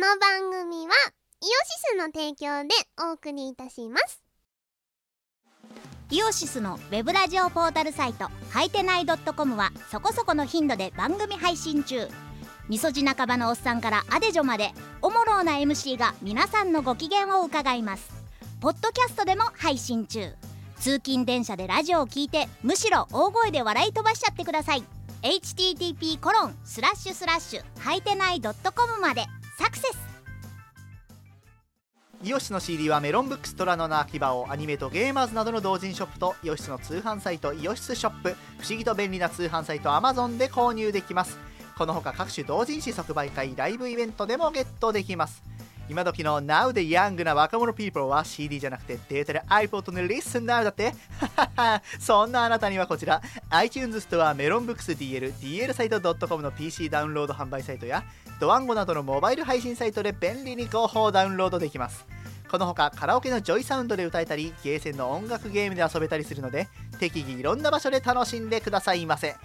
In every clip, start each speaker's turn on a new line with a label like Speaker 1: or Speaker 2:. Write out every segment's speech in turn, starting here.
Speaker 1: の番組はイオシスの提供でお送りいたします
Speaker 2: イオシスのウェブラジオポータルサイト「はいてない .com」はそこそこの頻度で番組配信中みそじ半ばのおっさんからアデジョまでおもろうな MC が皆さんのご機嫌を伺いますポッドキャストでも配信中通勤電車でラジオを聞いてむしろ大声で笑い飛ばしちゃってください http コロンスラッシュスラッシュはいてない .com までサクセス
Speaker 3: イオシスの CD はメロンブックストラノの秋葉をアニメとゲーマーズなどの同人ショップとイオシスの通販サイトイオシスショップ不思議と便利な通販サイト Amazon で購入できますこのほか各種同人誌即売会ライブイベントでもゲットできます今時の Now でヤングな若者 people は CD じゃなくてデータで iPod の Listen Now だって そんなあなたにはこちら iTunes ストアメロンブックス DL、DL サイト .com の PC ダウンロード販売サイトやドワンゴなどのモバイル配信サイトで便利に広報ダウンロードできますこのほかカラオケのジョイサウンドで歌えたりゲーセンの音楽ゲームで遊べたりするので適宜いろんな場所で楽しんでくださいませ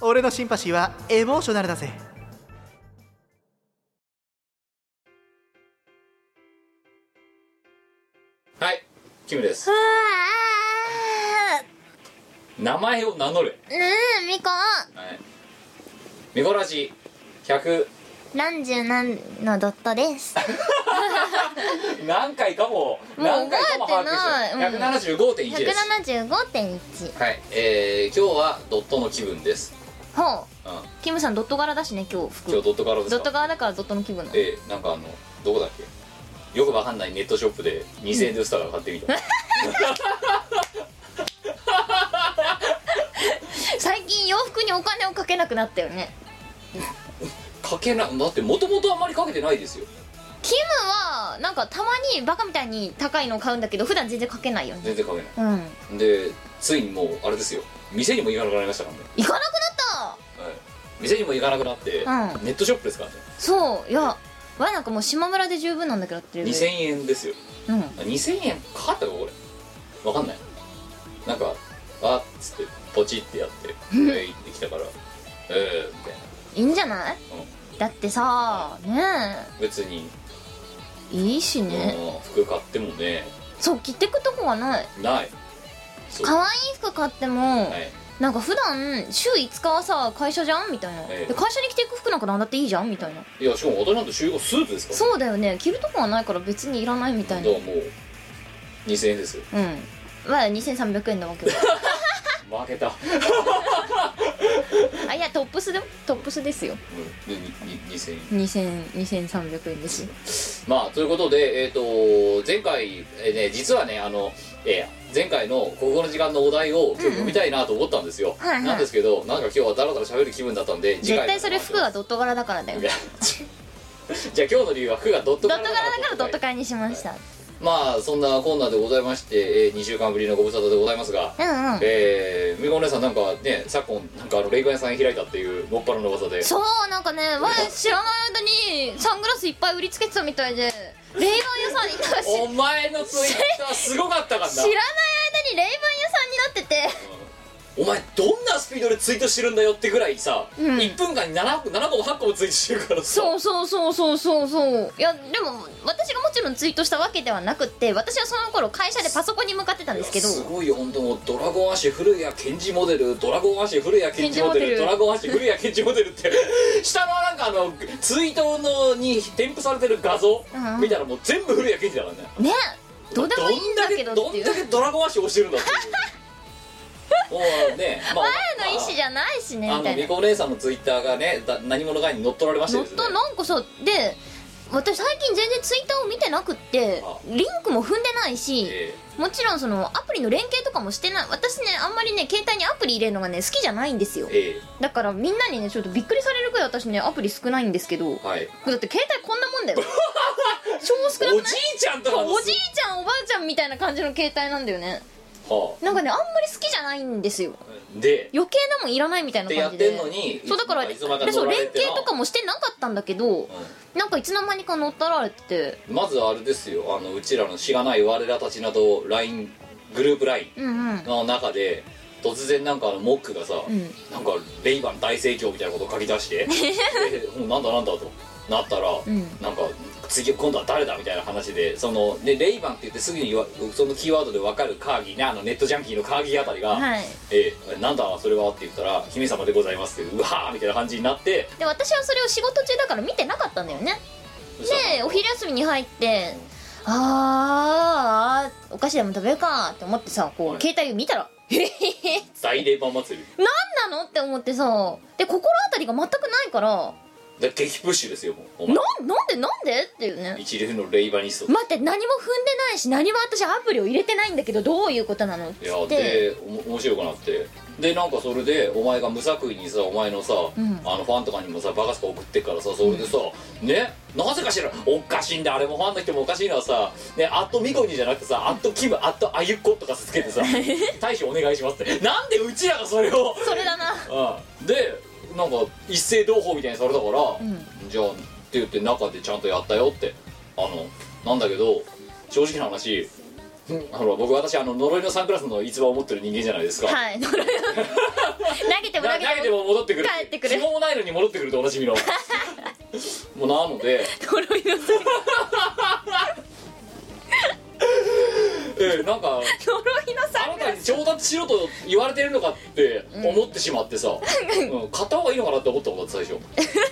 Speaker 3: 俺のシンパシーはエモーショナルだぜ
Speaker 4: はいキムです
Speaker 1: わ
Speaker 4: 名前を名乗れ
Speaker 1: ーうんみこ
Speaker 4: はいミコラジ100
Speaker 1: 何十何のドットです
Speaker 4: 何回かも
Speaker 1: もう
Speaker 4: 何回かも把
Speaker 1: 覚えてな
Speaker 4: 握してる175.1です
Speaker 1: 175.1
Speaker 4: はいえー、今日はドットの気分です、
Speaker 5: ほう
Speaker 4: うん、
Speaker 5: キムさんドット柄だしね今日服
Speaker 4: 今日ドットからです
Speaker 5: ド
Speaker 4: か
Speaker 5: ット柄だからドットの気分なの
Speaker 4: えー、なんかあのどこだっけよくわかんないネットショップで2000円で売ってたから買ってみた、
Speaker 5: 最近洋服にお金をかけなくなったよね
Speaker 4: かけなだってもともとあんまりかけてないですよ
Speaker 5: キムはなんかたまにバカみたいに高いのを買うんだけど普段全然かけないよね
Speaker 4: 全然かけな
Speaker 5: うん
Speaker 4: いでついにもうあれですよ店にも行かなくなりましたからね、
Speaker 5: 行かなくなっ
Speaker 4: はい、店にも行かなくなって、
Speaker 5: う
Speaker 4: ネットショップですからね
Speaker 5: たそういやわなんかもう島村で十分なんだけどっていう
Speaker 4: 2000円ですよ
Speaker 5: うん
Speaker 4: あ2000円かかったかこれわかんないなんかあっつってポチってやって「えー、行ってきたからえー」みたい
Speaker 5: いいんじゃない
Speaker 4: な、
Speaker 5: だってさね
Speaker 4: うん、別に、
Speaker 5: えいいしね
Speaker 4: うん、服買ってもね
Speaker 5: そう着てくとこがない
Speaker 4: ないそう
Speaker 5: 可愛い服買っても
Speaker 4: はい
Speaker 5: なんか普段週5日はさ会社じゃんみたいな、
Speaker 4: ええ
Speaker 5: で会社に着ていく服なんかなんだっていいじゃんみたいない
Speaker 4: やしかも私なんて週5スーツですから
Speaker 5: そうだよね着るとこはないから別にいらないみたいな
Speaker 4: だからもう2000円ですよ
Speaker 5: うんまあ2300円な わけだ
Speaker 4: 負けた、うん
Speaker 5: あいやトップスでトップスですよ
Speaker 4: でにに2000円
Speaker 5: 2000 2300円ですよ
Speaker 4: まあということでえっ、と前回、えーね実はねあの、えー前回の「ここの時間」のお題を今日読みたいなと思ったんですよ、
Speaker 5: はいはい
Speaker 4: なんですけどなんか今日はだらだら喋る気分だったんで次
Speaker 5: 絶
Speaker 4: 回
Speaker 5: 対それ服がドット柄だからだよ
Speaker 4: い
Speaker 5: ドッ
Speaker 4: や じゃあ今日の理由は服がドット
Speaker 5: ト
Speaker 4: 柄
Speaker 5: 柄だからドット柄にしました
Speaker 4: まあそんなこんなでございまして、え2週間ぶりのご無沙汰でございますが、
Speaker 5: うんうん
Speaker 4: えーみこお姉さんなんかね昨今なんかあのレイガン屋さん開いたっていうもっぱらの噂で
Speaker 5: そうなんかねわ知らない間にサングラスいっぱい売りつけてたみたいで レイバン屋さんになんかし知ら
Speaker 4: お前のツイッターすごかったからな
Speaker 5: ない間にレイバン屋さんになってて
Speaker 4: お前どんなスピードでツイートしてるんだよってぐらいさ、
Speaker 5: うん
Speaker 4: 1分間に 7, 個7個も8個もツイートしてるからさ
Speaker 5: そうそうそうそうそうそういやでも私がもちろんツイートしたわけではなくって私はその頃会社でパソコンに向かってたんですけど
Speaker 4: いやすごいよ本当もうドラゴンアッシュ古谷健二モデルドラゴンアッシュ古谷健二モデル
Speaker 5: 健二モデル
Speaker 4: ドラゴンアッシュ古谷健二モデルって 下のなんかあのツイートのに添付されてる画像
Speaker 5: うん
Speaker 4: 見たらもう全部古谷健二だからね
Speaker 5: ねどうでもいいんだけど
Speaker 4: ど
Speaker 5: って
Speaker 4: ん
Speaker 5: いう
Speaker 4: だけドラゴンアッシュ押してるんだっていうもう ねまあ
Speaker 5: 前の意思じゃないしね
Speaker 4: あ
Speaker 5: みた
Speaker 4: の
Speaker 5: いな
Speaker 4: みこお姉さんのツイッターがねだ何者かに乗っ取られまして
Speaker 5: 乗っ
Speaker 4: ですね
Speaker 5: となんかさで私最近全然ツイッターを見てなくって
Speaker 4: あ
Speaker 5: リンクも踏んでないし、
Speaker 4: え
Speaker 5: もちろんそのアプリの連携とかもしてない私ねあんまりね携帯にアプリ入れるのがね好きじゃないんですよ
Speaker 4: ーえ
Speaker 5: だからみんなにねちょっとびっくりされるくらい私ねアプリ少ないんですけど
Speaker 4: ーはい
Speaker 5: だって携帯こんなもんだよ超少なく
Speaker 4: お
Speaker 5: な
Speaker 4: じ
Speaker 5: い
Speaker 4: いちゃんとかの
Speaker 5: おじいちゃんおばあちゃんみたいな感じの携帯なんだよね
Speaker 4: は
Speaker 5: なんかねあんまり好きじゃないんですよ
Speaker 4: あで
Speaker 5: 余計なもんいらないみたいな感じで
Speaker 4: ってやってんのに
Speaker 5: そうだから
Speaker 4: いつまで
Speaker 5: でそう
Speaker 4: 乗ら
Speaker 5: 連
Speaker 4: れてな
Speaker 5: 携とかもしてなかったんだけど、なんかいつの間にか乗っ取られてて
Speaker 4: まずあれですよあのうちらの知らない我らたちなど LINE グループ LINE
Speaker 5: うんうん
Speaker 4: の中で突然なんかあのモックがさ、
Speaker 5: うん
Speaker 4: なんかレイバ ン大盛況みたいなことを書き出してでもうなんだなんだとなったら、
Speaker 5: ん
Speaker 4: なんか次今度は誰だみたいな話でそのでレイバンって言ってすぐに言わそのキーワードで分かるカーギーねあのネットジャンキーのカーギーあたりが「
Speaker 5: はい
Speaker 4: えーなんだそれは」って言ったら「姫様でございます」ってうわーみたいな感じになって
Speaker 5: で私はそれを仕事中だから見てなかったんだよね
Speaker 4: そしたら
Speaker 5: でお昼休みに入ってあーあーお菓子でも食べようかって思ってさこ
Speaker 4: は
Speaker 5: う
Speaker 4: い
Speaker 5: 携帯を見たら「えへへへ
Speaker 4: 大レイバン祭り
Speaker 5: 何なの?」って思ってさで心当たりが全くないから
Speaker 4: で激プッシュですよもうお
Speaker 5: 「な
Speaker 4: 前
Speaker 5: なんでなんで?」っていうね
Speaker 4: 一流のレイバニスト
Speaker 5: 待って何も踏んでないし何も私アプリを入れてないんだけどどういうことなのっ
Speaker 4: いや
Speaker 5: つって
Speaker 4: でおも面白くなってでなんかそれでお前が無作為にさお前のさ、
Speaker 5: ん
Speaker 4: あのファンとかにもさバカスカ送ってっからさそれでさ、ねなぜかしらおかしいんだあれもファンの人もおかしいのはさ「ねアットミコニ」じゃなくてさ「アットキム」「アットあゆっこ」とかつけて さ「大使お願いします」ってなんでうちらがそれを
Speaker 5: それだな
Speaker 4: うんでなんか一斉同胞みたいにされたから、じゃあって言って中でちゃんとやったよってあのなんだけど正直な話あの僕私あの呪いのサングラスの逸話を持ってる人間じゃないですか、
Speaker 5: はい 投げても
Speaker 4: な
Speaker 5: 投
Speaker 4: 投げ
Speaker 5: げ
Speaker 4: て
Speaker 5: ても
Speaker 4: も戻ってくる
Speaker 5: 帰ってくる
Speaker 4: 紐もないのに戻ってくるとおなじみ のもうなので、
Speaker 5: 呪いの
Speaker 4: えーなんか
Speaker 5: 呪いの
Speaker 4: あ
Speaker 5: サ
Speaker 4: な
Speaker 5: ング
Speaker 4: た
Speaker 5: ラ
Speaker 4: に調達しろと言われてるのかって思ってしまってさ、うん買った方がいいのかなって思ったもんだって最初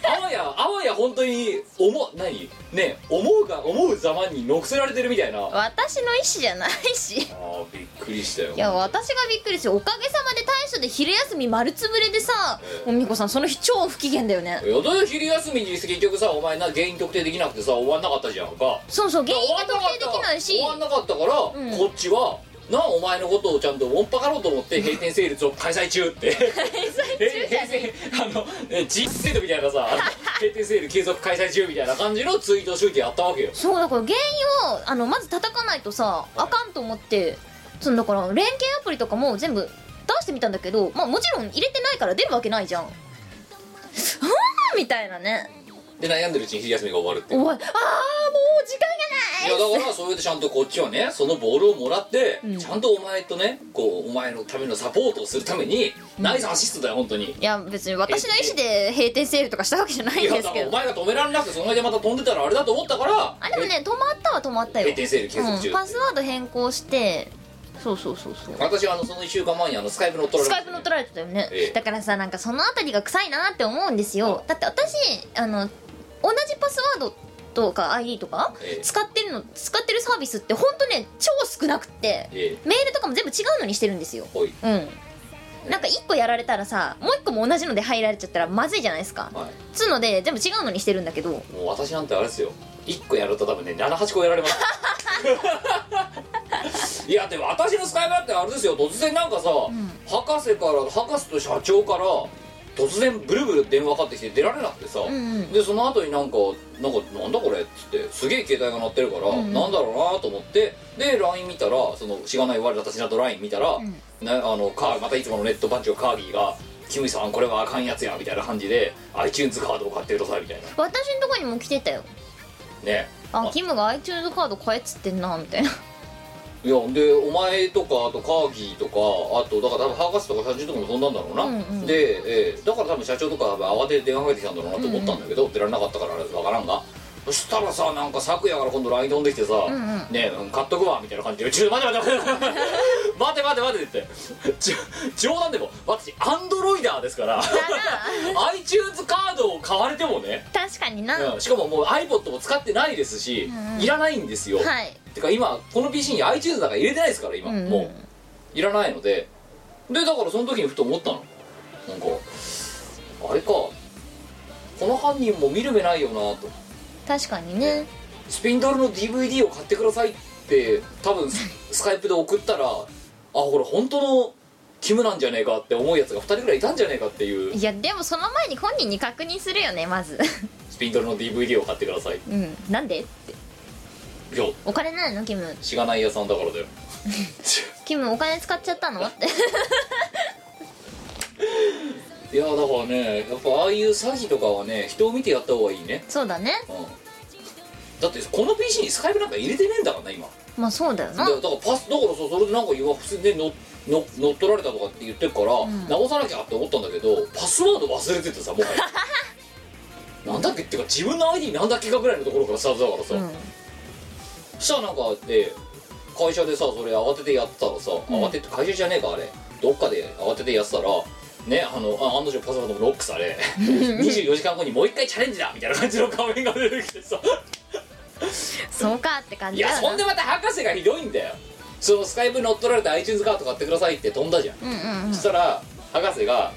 Speaker 4: あわやあわや本当に思う何ね思うが思うざまに乗せられてるみたいなあ
Speaker 5: 私の意思じゃないし
Speaker 4: ーびっくりしたよ
Speaker 5: いや私がびっくりしておかげさまで大将で昼休み丸つぶれでさもう美子さんその日超不機嫌だよね
Speaker 4: よどよ昼休みに結局さお前な原因特定できなくてさ終わんなかったじゃんか
Speaker 5: そうそう原因
Speaker 4: 終わ
Speaker 5: が
Speaker 4: んなか
Speaker 5: 特
Speaker 4: った
Speaker 5: 定できないし
Speaker 4: 終わんなかったから、
Speaker 5: ん
Speaker 4: こっちはなお前のことをちゃんとウォンパかろうと思 って閉店セールを開催中って開催中じゃねあのえ実制度みたいな さあの閉店セール継続開催中みたいな感じのツイート集計やったわけよ
Speaker 5: そうだから原因をあのまず叩かないとさあかんと思ってそのだから連携アプリとかも全部出してみたんだけどまあもちろん入れてないから出るわけないじ ゃんはあみたいなね
Speaker 4: で悩んでるうちに昼休みが終わるっていう
Speaker 5: おいああもう時
Speaker 4: い
Speaker 5: 間
Speaker 4: や
Speaker 5: がない
Speaker 4: だからそれでちゃんとこっちはねそのボールをもらって、ちゃんとお前とねこうお前のためのサポートをするために、ナイスアシストだよ本当に
Speaker 5: いや別に私の意思で閉店セールとかしたわけじゃない
Speaker 4: い
Speaker 5: ん
Speaker 4: やだ
Speaker 5: です
Speaker 4: か
Speaker 5: け
Speaker 4: らお
Speaker 5: ど
Speaker 4: 前が止められなくてその間また飛んでたらあれだと思ったから
Speaker 5: あでもね止まったは止まったよ
Speaker 4: 閉店セール継続中
Speaker 5: うん、パスワード変更してそうそうそうそう
Speaker 4: 私はあのその1週間前にあのスカイプ乗っ取
Speaker 5: ス
Speaker 4: ら
Speaker 5: カ
Speaker 4: れ
Speaker 5: イプ乗っ取られてたよね、
Speaker 4: ええ
Speaker 5: だからさなんかそのあたりが臭いなって思うんですよだって私あの同じパスワードとか ID とか、
Speaker 4: ええ
Speaker 5: 使ってるの使ってるサービスってほんとね超少なくって、
Speaker 4: え
Speaker 5: メールとかも全部違うのにしてるんですよ
Speaker 4: えほい
Speaker 5: うんなんか1個やられたらさもう1個も同じので入られちゃったらまずいじゃないですか
Speaker 4: は
Speaker 5: つうので全部違うのにしてるんだけど
Speaker 4: いもう私なんてあれですよ1個やると多分ね78個やられます いやでも私のスカイプだってあれですよ突然なんかさ、博士から博士と社長から突然ブルブル電話かかってきて出られなくてさ、
Speaker 5: うんうん
Speaker 4: でその後になんか「なんかなんだこれ」っつってすげえ携帯が鳴ってるから、なんだろうなと思ってで LINE 見たらそのしがない我私など LINE 見たら、ね、あのカーまたいつものネット番長カーギーが「キムさんこれはあかんやつや」みたいな感じで iTunes カードを買ってくださいみたいな
Speaker 5: 私んとこにも来てたよ
Speaker 4: ね
Speaker 5: あ
Speaker 4: あ
Speaker 5: キムが iTunes カード買えっつってんなみたいない
Speaker 4: やでお前とかあとカーギーとかあとだから多分博士とか社長とかも飛んだんだろうな、
Speaker 5: うんうん
Speaker 4: で、ええだから多分社長とか慌てて電話かけてきたんだろうなと思ったんだけど、出られなかったからわからんがそしたらさなんか昨夜から今度 LINE 飛んできてさ「
Speaker 5: んうん
Speaker 4: ねえうん買っとくわ」みたいな感じで「ちょ待て待て待 て待て待て待て」ってちょ冗談でも私アンドロイダーですから iTunes カードを買われてもね、
Speaker 5: 確かにな、
Speaker 4: うんしかももう iPod も使ってないですし、いらないんですよ、
Speaker 5: はい
Speaker 4: てか今この PC に iTunes なんか入れてないですから今、
Speaker 5: うんうん
Speaker 4: もういらないのででだからその時にふと思ったのなんかあれかこの犯人も見る目ないよなと
Speaker 5: 確かにね
Speaker 4: スピンドルの DVD を買ってくださいって多分ススカイプで送ったらあこれ本当のキムなんじゃねえかって思うやつが2人ぐらいいたんじゃねえかっていう
Speaker 5: いやでもその前に本人に確認するよねまず
Speaker 4: スピンドルの DVD を買ってください
Speaker 5: うんなんで
Speaker 4: いや
Speaker 5: お金ないのキム
Speaker 4: しがない屋さんだからだよ
Speaker 5: キムお金使っちゃったのって
Speaker 4: いやだからねやっぱああいう詐欺とかはね人を見てやった方がいいね
Speaker 5: そうだね
Speaker 4: うんだってこの PC にスカイプなんか入れてねえんだからな今
Speaker 5: まあそうだよ
Speaker 4: だ
Speaker 5: な
Speaker 4: だからパスだからそうそれでなんか今普通で乗乗乗っ取られたとかって言ってるから、直さなきゃって思ったんだけどパスワード忘れててさもはや なんだっけっていうか自分の ID なんだっけかぐらいのところからスタートだからさ、
Speaker 5: うん
Speaker 4: そしたらなんかで会社でさそれ慌ててやってたらさ、慌てて会社じゃねえかあれどっかで慌ててやってたらねあのあ案の定パソコンでもロックさ れ24時間後にもう一回チャレンジだみたいな感じの画面が出てきてさ
Speaker 5: そうかって感
Speaker 4: い
Speaker 5: じだ
Speaker 4: や
Speaker 5: よな
Speaker 4: そんでまた博士がひどいんだよそのスカイプ乗っ取られて iTunes カード買ってくださいって飛んだじゃん、
Speaker 5: うんうんうん
Speaker 4: そしたら博士が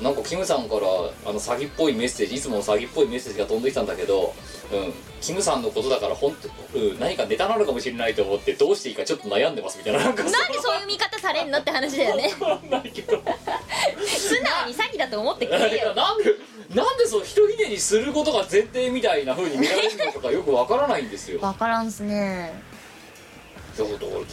Speaker 4: なんかキムさんからあの詐欺っぽいメッセージいつもの詐欺っぽいメッセージが飛んできたんだけど、うん、キムさんのことだから本当、うん、何かネタなのかもしれないと思ってどうしていいかちょっと悩んでますみたいななんか
Speaker 5: なんでそういう見方されんのって話だよね
Speaker 4: わかんないけど
Speaker 5: 素直に詐欺だと思ってく
Speaker 4: なん
Speaker 5: れ
Speaker 4: で
Speaker 5: よ
Speaker 4: なんでそう人ひねりすることが前提みたいな風に見られるのかがよくわからないんですよ
Speaker 5: 分からんすね
Speaker 4: いやだからちょっと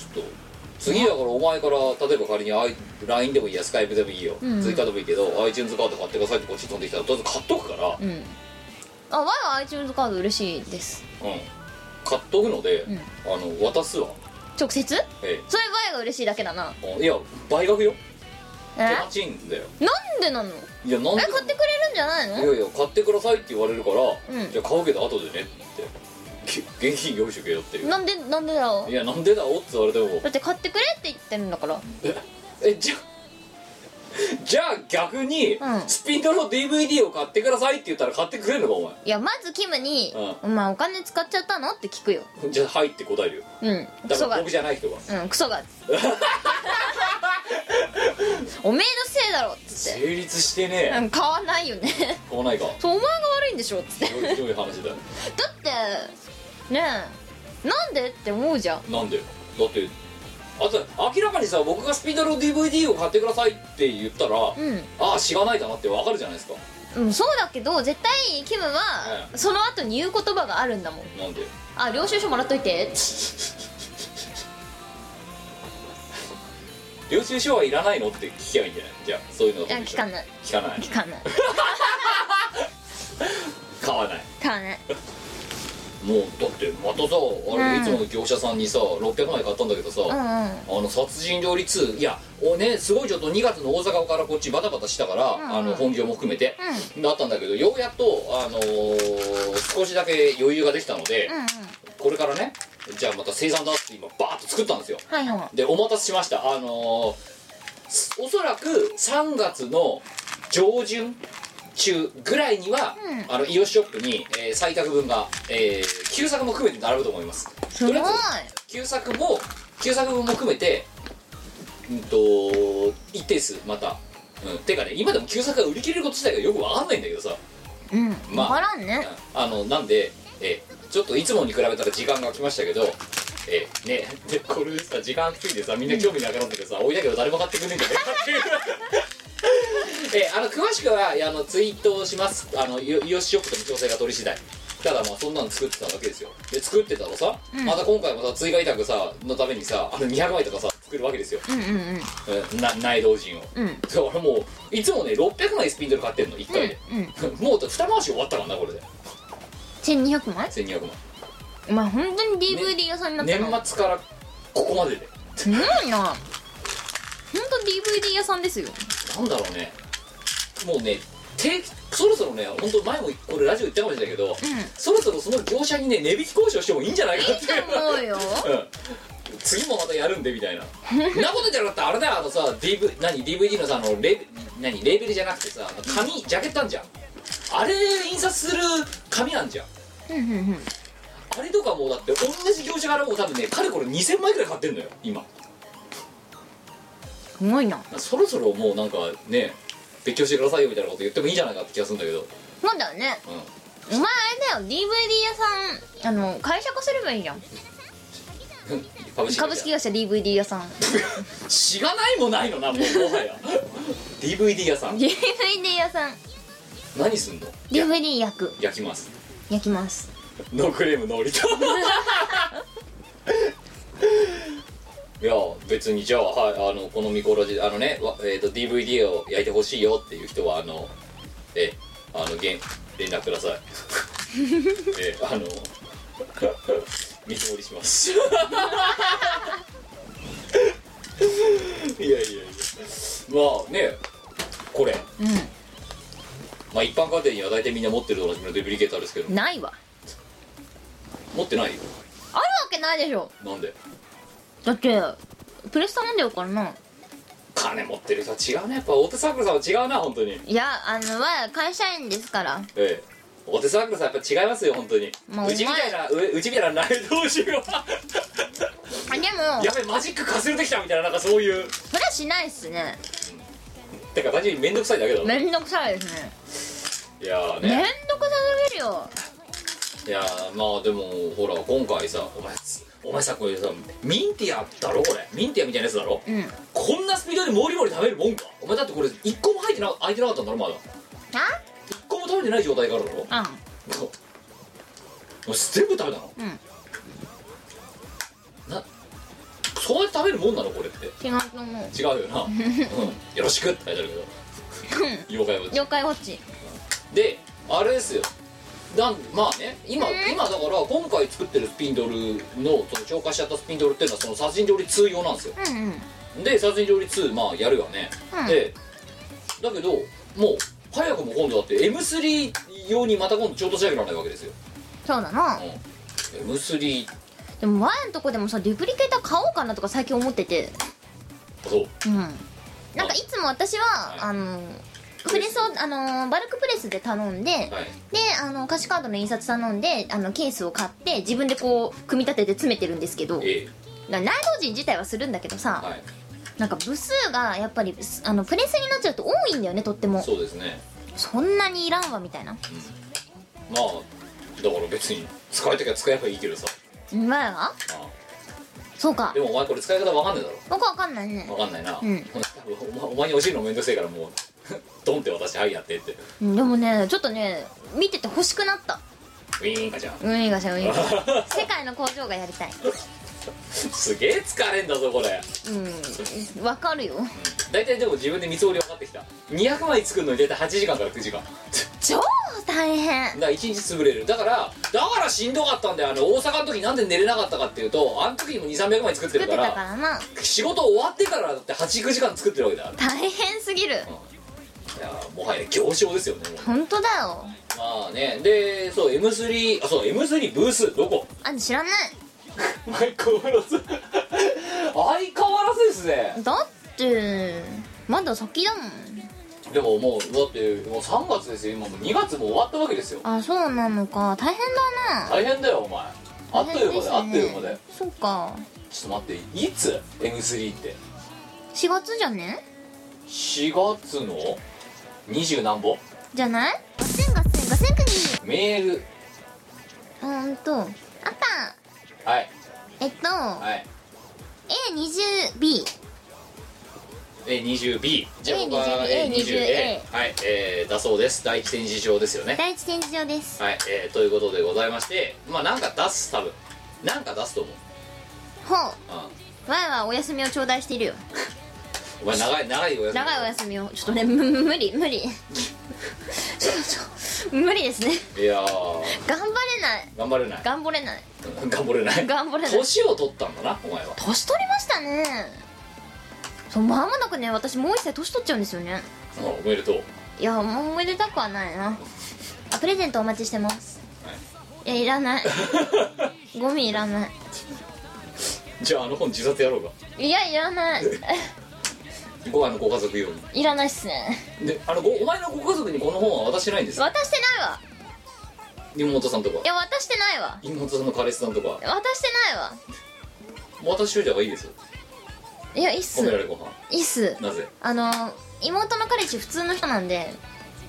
Speaker 4: 次だからお前から例えば仮にあい LINE でもいいやスカイプでもいいよ、
Speaker 5: うん
Speaker 4: Twitter でもいいけど iTunes カード買ってくださいってこっちに飛んできたらとりあえず買っとくから、うん
Speaker 5: うんあわは iTunes カード嬉しいです
Speaker 4: 買っとくので、
Speaker 5: うん
Speaker 4: あの渡すわ
Speaker 5: 直接
Speaker 4: え
Speaker 5: それわが嬉しいだけだな
Speaker 4: えうんいや倍額よ
Speaker 5: え
Speaker 4: 手
Speaker 5: な
Speaker 4: 間ちんだよ
Speaker 5: んでなのえ
Speaker 4: いやなんで
Speaker 5: 買ってくれるんじゃない
Speaker 4: い
Speaker 5: の
Speaker 4: やいや買ってくださいって言われるから、
Speaker 5: うん
Speaker 4: じゃあ買うけど後でねってげ現金用意しとけよっていう
Speaker 5: なんでなんでだろ
Speaker 4: いやなんでだおって言われても
Speaker 5: うだって買ってくれって言ってるんだから
Speaker 4: えじゃじゃあ逆に、
Speaker 5: うん
Speaker 4: スピンドの DVD を買ってくださいって言ったら買ってくれるのかお
Speaker 5: いやまずキムに「
Speaker 4: う
Speaker 5: お前お金使っちゃったの?」って聞くよ
Speaker 4: 前じゃあ「はい」って答えるよ
Speaker 5: うんク
Speaker 4: だか
Speaker 5: ソ
Speaker 4: ら
Speaker 5: が
Speaker 4: 僕じゃない人が
Speaker 5: うんク ソがおめえのせいだろっつって
Speaker 4: 成立して
Speaker 5: う
Speaker 4: ね
Speaker 5: ん買わないよね
Speaker 4: え買わないか
Speaker 5: そうお前が悪いんでしょっつって
Speaker 4: ひどいひどい話だよ
Speaker 5: だってねえなんでって思うじゃん
Speaker 4: なんでだってあと明らかにさ僕がスピンドの DVD を買ってくださいって言ったら、
Speaker 5: うん
Speaker 4: ああしがないだなってわかるじゃないですか
Speaker 5: うんそうだけど絶対キムは
Speaker 4: う
Speaker 5: その後に言う言葉があるんだもん
Speaker 4: なんで
Speaker 5: あ領収書もらっといて
Speaker 4: 領収書はいらないのって聞きゃいいんじゃないじゃあそういうの
Speaker 5: いや聞かない
Speaker 4: 聞かない
Speaker 5: 聞かない
Speaker 4: 買わない
Speaker 5: 買 わない
Speaker 4: もうだってまたさあれ、
Speaker 5: うん
Speaker 4: いつもの業者さんにさ600枚買ったんだけどさ、あ
Speaker 5: うんうん
Speaker 4: の殺人料理2いやおねすごいちょっと2月の大阪からこっちバタバタしたから、
Speaker 5: んうん
Speaker 4: あの本業も含めて、だったんだけどようやっと、あのー少しだけ余裕ができたので、
Speaker 5: うんうん
Speaker 4: これからねじゃあまた生産だって今バーッと作ったんですよ
Speaker 5: はいは
Speaker 4: でお待たせしましたあのーすおそらく3月の上旬中ぐらいには、あのイオシショップに、えー採択分が、えー旧作も含めて並ぶと思います
Speaker 5: いすごい
Speaker 4: とりあえず旧作も旧作分も含めてうんと一定数また、うん、てかね今でも旧作が売り切れること自体がよくわかんないんだけどさ
Speaker 5: うん
Speaker 4: まあ
Speaker 5: 分からんね
Speaker 4: あのなんで、えーちょっといつもに比べたら時間が来ましたけど、えーねでこれでさ時間ついてさみんな興味なくなったけどさ、おいだけど誰も買ってくんねえんじゃねえかっていう えーあの詳しくはいやあのツイートをしますあのイオイオシショップとの調整が取り次第ただまあそんなの作ってたわけですよで作ってたらさ、また今回また追加委託さのためにさあの200枚とかさ作るわけですよ、
Speaker 5: うんうん
Speaker 4: うんな内道陣を
Speaker 5: うんうん
Speaker 4: だからもういつもね600枚スピンドル買ってんの1回で、
Speaker 5: うん
Speaker 4: もう2回し終わったからなこれで
Speaker 5: 1200枚
Speaker 4: 1200枚
Speaker 5: お前本当に DVD 屋さんになった
Speaker 4: 年
Speaker 5: な
Speaker 4: 末からここまでです
Speaker 5: ごいな本当 DVD 屋さん ですよ
Speaker 4: なんだろうねもうね定期そろそろね本当前もこれラジオ言ったかもしれないけど、そろそろその業者にね値引き交渉してもいいんじゃないかっていう
Speaker 5: 思うよ
Speaker 4: うん次もまたやるんでみたいなんなことじゃなかったらあれだよあのさ、DV、何 DVD のさあのレベ何レーベルじゃなくてさ紙ジャケットあんじゃんあれ印刷する紙あんじゃん
Speaker 5: うんうんうん
Speaker 4: あれとかもうだって同じ業者からもう多分ねかれこれ2000枚くらい買ってんのよ今
Speaker 5: すごいな
Speaker 4: そろそろもうなんかね別居してくださいよみたいなこと言ってもいいんじゃないかって気がするんだけど
Speaker 5: そうだよね
Speaker 4: う
Speaker 5: お前あれだよ DVD 屋さんあの会社化すればいいじゃん
Speaker 4: ん株式
Speaker 5: 株式
Speaker 4: が
Speaker 5: 会社 DVD 屋さん
Speaker 4: しがないもないのなもうもは や DVD 屋さん
Speaker 5: DVD 屋さん
Speaker 4: 何すんのや
Speaker 5: DVD 焼く
Speaker 4: 焼きます
Speaker 5: 焼きます
Speaker 4: ノークレームノーリターいや別にじゃあ,、はい、あのこのミコラジあのね、わえー、と DVD を焼いてほしいよっていう人はあのえあのげん連絡ください えあの 見積もりしますいやいやいやまあねこれ
Speaker 5: うん
Speaker 4: まあ一般家庭には大体みんな持ってると同じのデブリケーターですけど
Speaker 5: ないわ
Speaker 4: 持ってないよ
Speaker 5: あるわけないでしょ
Speaker 4: なんで
Speaker 5: だってプレス頼んでよからな
Speaker 4: 金持ってる人は違うねやっぱ大手サークルさんは違うな本当に
Speaker 5: いやあのは会社員ですから
Speaker 4: ええ大手サークルさんやっぱ違いますよ本当に
Speaker 5: まあ
Speaker 4: うちみたいなううちみたいな内藤しよ
Speaker 5: あで
Speaker 4: う
Speaker 5: も
Speaker 4: やべマジックかすれてきたみたいななんかそういう
Speaker 5: それはしないっすね
Speaker 4: てか単純に面倒くさいだけだろ
Speaker 5: めんどくさいですね
Speaker 4: いやーね
Speaker 5: めんどくさすぎるよ
Speaker 4: いやーまあでもほら今回さお前お前さこれさミンティアだろこれミンティアみたいなやつだろ、
Speaker 5: うん
Speaker 4: こんなスピードでモリモリ食べるもんかお前だってこれ一個も入ってな開いてなかったんだろまだ一個も食べてない状態からだろ
Speaker 5: あ
Speaker 4: お前全部食べたの
Speaker 5: うん
Speaker 4: なそうやって食べるもんなのこれって
Speaker 5: 違うと思う
Speaker 4: 違うよ な、うん、よろしくって書いてあるけど妖怪ウォッチ
Speaker 5: 妖怪ウォッチ
Speaker 4: であれですよなんまあね今、今だから今回作ってるスピンドルのその超過しちゃったスピンドルっていうのはその殺人料理2用なんですよ
Speaker 5: うんうん
Speaker 4: で殺人料理2まあやるよね、
Speaker 5: うん
Speaker 4: でだけどもう早くも今度だって M3 用にまた今度ちょうど仕上げられないわけですよ、
Speaker 5: そうだな
Speaker 4: うん M3
Speaker 5: でも前のとこでもさデュプリケーター買おうかなとか最近思ってて
Speaker 4: そう
Speaker 5: うんなんかいつも私は、
Speaker 4: はい
Speaker 5: あのプレスをあのバルクプレスで頼んで、
Speaker 4: はい
Speaker 5: であの歌詞カードの印刷頼んであのケースを買って自分でこう組み立てて詰めてるんですけどな
Speaker 4: ええ
Speaker 5: 内藤人自体はするんだけどさ、
Speaker 4: はい
Speaker 5: なんか部数がやっぱりすあのプレスになっちゃうと多いんだよねとっても
Speaker 4: そうですね
Speaker 5: そんなにいらんわみたいな
Speaker 4: まあだから別に使いたきゃ使えばいいけどさ、
Speaker 5: 前は
Speaker 4: あ
Speaker 5: そうか
Speaker 4: あでもお前これ使い方わかんないだろ
Speaker 5: 僕わかんないね
Speaker 4: わかんないな、
Speaker 5: うん
Speaker 4: お前お前に教えるのめんどくせえからもう ドンって渡して「はいやって」って
Speaker 5: うんでもねちょっとね見てて欲しくなった
Speaker 4: ウィーンかじ ゃん
Speaker 5: 運営会社運営会社世界の工場がやりたい
Speaker 4: すげえ疲れんだぞこれ
Speaker 5: うんわかるよ
Speaker 4: 大体でも自分で見積もり分かってきた200枚作るのに大体8時間から9時間だか
Speaker 5: 超大変
Speaker 4: ら1日潰れるだからだからしんどかったんだよあの大阪の時なんで寝れなかったかっていうとあの時にも2300枚作って
Speaker 5: 作
Speaker 4: る
Speaker 5: っ
Speaker 4: か
Speaker 5: て
Speaker 4: ら
Speaker 5: たからな
Speaker 4: 仕事終わってからだって89時間作ってるわけだから
Speaker 5: 大変すぎる
Speaker 4: いやもはや行商ですよねもう
Speaker 5: 本当だよ
Speaker 4: まあねでそう M3 あそう M3 ブースどこ
Speaker 5: あ知らない
Speaker 4: 相変わらず相変わらずですね
Speaker 5: だってまだ先だもん
Speaker 4: でももうだってもう3月ですよ今もう2月も終わったわけですよ
Speaker 5: あそうなのか大変だな
Speaker 4: 大変だよお前あっという間であ
Speaker 5: 大
Speaker 4: っ
Speaker 5: 変
Speaker 4: という
Speaker 5: すね
Speaker 4: 間で
Speaker 5: そうか
Speaker 4: ちょっと待っていつ M3 って
Speaker 5: 4月じゃね
Speaker 4: 4月の二十何本
Speaker 5: じゃない
Speaker 1: ガセンガセンガセンクニー
Speaker 4: メール
Speaker 5: うーんとあった
Speaker 4: はい
Speaker 5: えっと、
Speaker 4: はい
Speaker 5: A20B
Speaker 4: A20B じゃあ
Speaker 5: A20
Speaker 4: 僕は
Speaker 5: A20A
Speaker 4: はい、えー、だそうです第一展示場ですよね
Speaker 5: 第一展示場です
Speaker 4: はい、えー、ということでございましてまあなんか出す多分なんか出すと思う、
Speaker 5: ほう
Speaker 4: うん、
Speaker 5: わいはお休みを頂戴しているよ
Speaker 4: お前長い長いお休み
Speaker 5: 長いお休みをちょっとねむむ無理 無理ちょっと無理ですね
Speaker 4: いやー
Speaker 5: 頑張れない
Speaker 4: 頑張れない
Speaker 5: 頑張れない
Speaker 4: 頑張れない
Speaker 5: 頑張れない
Speaker 4: 年を取ったんだなお前は
Speaker 5: 年取りましたねそうまもなくね私もう一歳年取っちゃうんですよね
Speaker 4: うんおめでとう
Speaker 5: いやもうおめでたくはないなあプレゼントお待ちしてますいやいらないゴミいらない
Speaker 4: じゃああの本自殺やろうか
Speaker 5: いやいらない
Speaker 4: ご飯のご家族用
Speaker 5: いらないっすね
Speaker 4: にであのごお前のご家族にこの本は渡してないんです
Speaker 5: 渡してないわ
Speaker 4: 妹さんとか
Speaker 5: いや渡してないわ
Speaker 4: 妹さんの彼氏さんとか
Speaker 5: 渡してないわ
Speaker 4: 渡しといた方がいいですよ
Speaker 5: いやいいっす
Speaker 4: 褒められご飯
Speaker 5: いいっす
Speaker 4: なぜ
Speaker 5: あの妹の彼氏普通の人なんで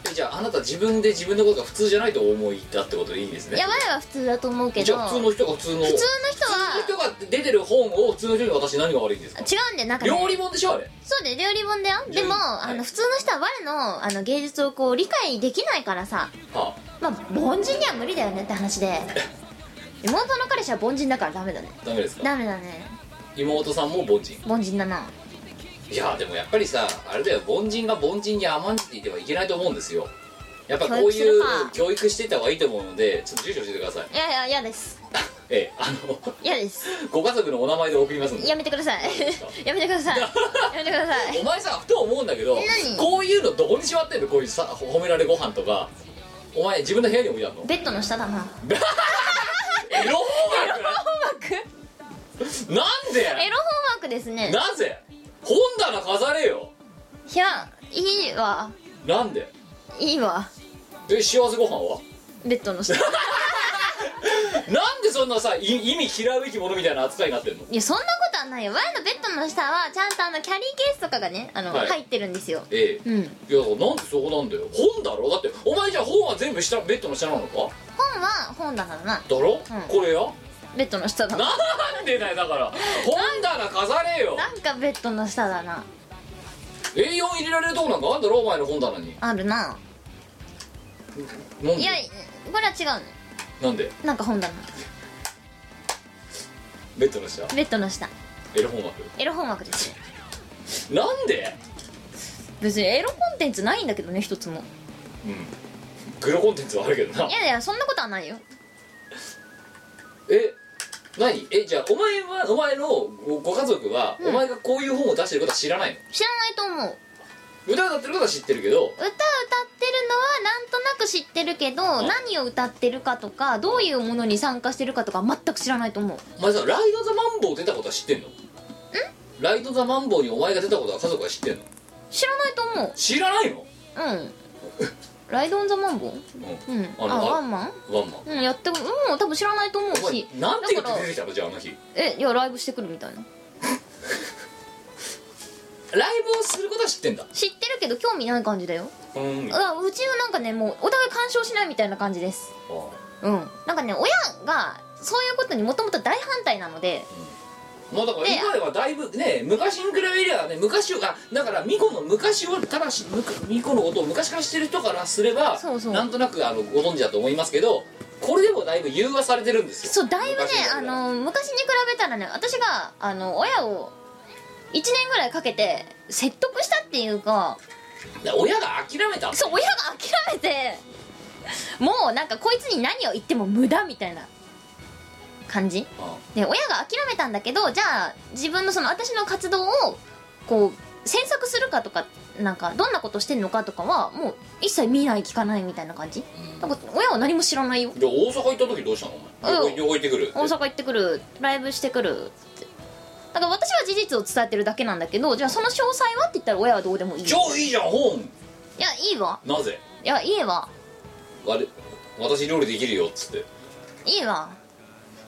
Speaker 4: えじゃああなた自分で自分のことが普通じゃないと思いだってことでいいです
Speaker 5: い
Speaker 4: ね
Speaker 5: やわいは普通だと思うけ
Speaker 4: じ
Speaker 5: ど
Speaker 4: ゃあ普
Speaker 5: 普
Speaker 4: 通
Speaker 5: 通の
Speaker 4: の人が普通の普
Speaker 5: 人は
Speaker 4: 通の人が出てる本を普通の人に渡して何が悪いんですか
Speaker 5: 違うんでなんか、ね、
Speaker 4: 料理本でしょあれ
Speaker 5: そうで料理本だよでも、
Speaker 4: はい
Speaker 5: あの普通の人は我のあの芸術をこう理解できないからさ
Speaker 4: は
Speaker 5: まあ凡人には無理だよねって話で妹の彼氏は凡人だからダメだね
Speaker 4: あダメですか
Speaker 5: ダメだね
Speaker 4: 妹さんも凡人
Speaker 5: 凡人だない
Speaker 4: やでもやっぱりさあれだよ凡人が凡人に甘んじていてはいけないと思うんですよやっぱこう
Speaker 5: 教育す
Speaker 4: いう
Speaker 5: るか
Speaker 4: 教育していった方がいいと思うのでちょっと住所教えてください
Speaker 5: いやいや嫌です
Speaker 4: えええあの
Speaker 5: 嫌です
Speaker 4: ご家族のお名前で送りますんで
Speaker 5: やめてください やめてくだ さいやめてください
Speaker 4: お前さふと思うんだけど
Speaker 5: 何
Speaker 4: こういうのどこにしまってんのこういうさ褒められご飯とかお前自分の部屋に置いてあ るの
Speaker 5: ベッドの下だな
Speaker 4: エロ本枠なん
Speaker 5: エ
Speaker 4: で
Speaker 5: ロ本枠ですね
Speaker 4: なぜ本棚飾れよ
Speaker 5: いやいいわ
Speaker 4: なんで
Speaker 5: いいわ
Speaker 4: で幸せご飯は
Speaker 5: ベッドの下 い
Speaker 4: なんでそんなさい意味嫌うべきものみたいな扱いになってんの
Speaker 5: やそんなことはないよワイのベッドの下はちゃんとあのキャリーケースとかがねあの、
Speaker 4: はい
Speaker 5: 入ってるんですよ
Speaker 4: ええ
Speaker 5: うん
Speaker 4: いやだからなんでそこなんだよ本だろだってお前じゃあ本は全部下ベッドの下なのか
Speaker 5: 本は本だからな
Speaker 4: だろ、
Speaker 5: うん
Speaker 4: これよ
Speaker 5: ベッドの下だな
Speaker 4: なんでだよだから本棚飾れよ
Speaker 5: なんかベッドの下だな
Speaker 4: A4 入れられるとこなんかあんだろお前の本棚に
Speaker 5: あるな
Speaker 4: なん
Speaker 5: い
Speaker 4: で
Speaker 5: やこれは違うね
Speaker 4: なんで
Speaker 5: なんか本だな
Speaker 4: ベッドの下
Speaker 5: ベッドの下
Speaker 4: エロ本枠
Speaker 5: エロ本枠ですね
Speaker 4: なんで
Speaker 5: 別にエロコンテンツないんだけどね一つも
Speaker 4: うんグロコンテンツはあるけどない
Speaker 5: やいやそんなことはないよ
Speaker 4: え何えじゃあお前はお前のごご家族は、お前がこういう本を出してることは知らないの
Speaker 5: 知らないと思う
Speaker 4: 歌歌ってることは知ってるけど
Speaker 5: 歌歌ってるのはなんとなく知ってるけど
Speaker 4: ん
Speaker 5: 何を歌ってるかとかどういうものに参加してるかとか全く知らないと思う
Speaker 4: お前さライド・ザ・マンボウ出たことは知ってんのライド・ザ・マンボウにお前が出たことは家族は知ってんの
Speaker 5: 知らないと思
Speaker 4: 知らないの
Speaker 5: ううんライド・オン・ザ・マンボウ
Speaker 4: う
Speaker 5: うんあ
Speaker 4: あのあ
Speaker 5: ワンマン
Speaker 4: ワンマン
Speaker 5: うんやってもうん多分知らないと思う
Speaker 4: お前
Speaker 5: し
Speaker 4: なんて言っ
Speaker 5: だか
Speaker 4: て
Speaker 5: ら
Speaker 4: 出てきたのじゃああの日
Speaker 5: えいやライブしてくるみたいな
Speaker 4: ライブをすることは知ってんだ
Speaker 5: 知ってるけど興味ない感じだよ
Speaker 4: うん
Speaker 5: うわうちはなんかねもうお互い干渉しないみたいな感じですうんなんかね親がそういうことにもともと大反対なので
Speaker 4: もうだから
Speaker 5: で
Speaker 4: 今ではだいぶね昔に比べりゃね昔をあだからミコの昔をただしむくミコのことを昔から知ってる人からすれば
Speaker 5: そうそう
Speaker 4: なんとなくあのご存知だと思いますけどこれでもだいぶ融和されてるんですよ
Speaker 5: そうだいぶね
Speaker 4: 昔に比
Speaker 5: あ
Speaker 4: べたら
Speaker 5: の昔に比べたらね私があの親を1年ぐらいかけて説得したっていうか
Speaker 4: だから親が諦めた
Speaker 5: そう親が諦めてもうなんかこいつに何を言っても無駄みたいな感じ
Speaker 4: あ
Speaker 5: で親が諦めたんだけどじゃあ自分のその私の活動をこう詮索するかとかなんかどんなことしてんのかとかはもう一切見ない聞かないみたいな感じだから親は何も知らないよ
Speaker 4: で大阪行った時どうしたのお前
Speaker 5: う
Speaker 4: 旅行
Speaker 5: ん
Speaker 4: 旅行行ってくるって
Speaker 5: 大阪行ってくるライブしてくるってだから私は事実を伝えてるだけなんだけどじゃあその詳細はって言ったら親はどうでもいいよ
Speaker 4: 超いいじゃん本
Speaker 5: いやいいわ
Speaker 4: なぜ
Speaker 5: いやいいわ
Speaker 4: あれ私料理できるよっつって
Speaker 5: いいわ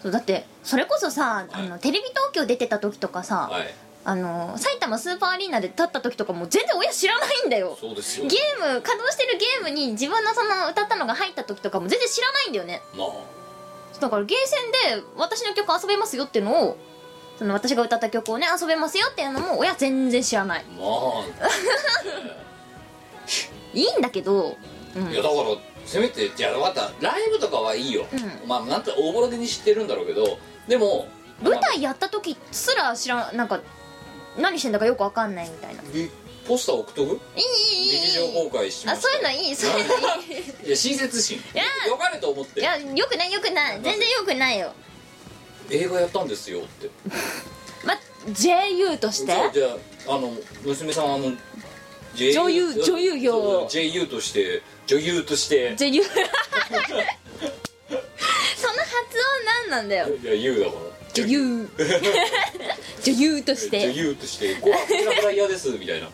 Speaker 5: そうだってそれこそさあのテレビ東京出てた時とかさ、
Speaker 4: はい
Speaker 5: あの埼玉スーパーアリーナで立った時とかもう全然親知らないんだよ
Speaker 4: そうです
Speaker 5: ゲ
Speaker 4: よ
Speaker 5: ーム稼働してるゲームに自分のその歌ったのが入った時とかも全然知らないんだよね
Speaker 4: まあ
Speaker 5: だからゲーセンで私の曲遊べますよっていうのをその私が歌った曲をね遊べますよっていうのも親全然知らない
Speaker 4: ま
Speaker 5: いいんだけどうん
Speaker 4: あいやだからせめていや分かったライブとかはいいよ、
Speaker 5: う
Speaker 4: まあなんて大ぼろげに知ってるんだろうけどでも
Speaker 5: 舞台やった時すら知らんなんか何してんだかよくわかんないみたいないい
Speaker 4: えポスター送っとく
Speaker 5: いいいい
Speaker 4: 劇場公開しま
Speaker 5: あ
Speaker 4: し
Speaker 5: そういうのいいそういうのいい
Speaker 4: いや親切心
Speaker 5: や
Speaker 4: よかれと思っ
Speaker 5: い
Speaker 4: て
Speaker 5: やよくないよくない全然よくないよ
Speaker 4: 映画やったんですよって
Speaker 5: ま JU とし
Speaker 4: じ
Speaker 5: て
Speaker 4: ゃあじゃああの娘さんはあの J
Speaker 5: 女優女優業
Speaker 4: そう JU として女優として
Speaker 5: 女優その発 音何なんだよ
Speaker 4: いや U だか
Speaker 5: 女優 女優とし
Speaker 4: ら女
Speaker 5: てい
Speaker 4: 優としてご飯フラフラ嫌ですみたいな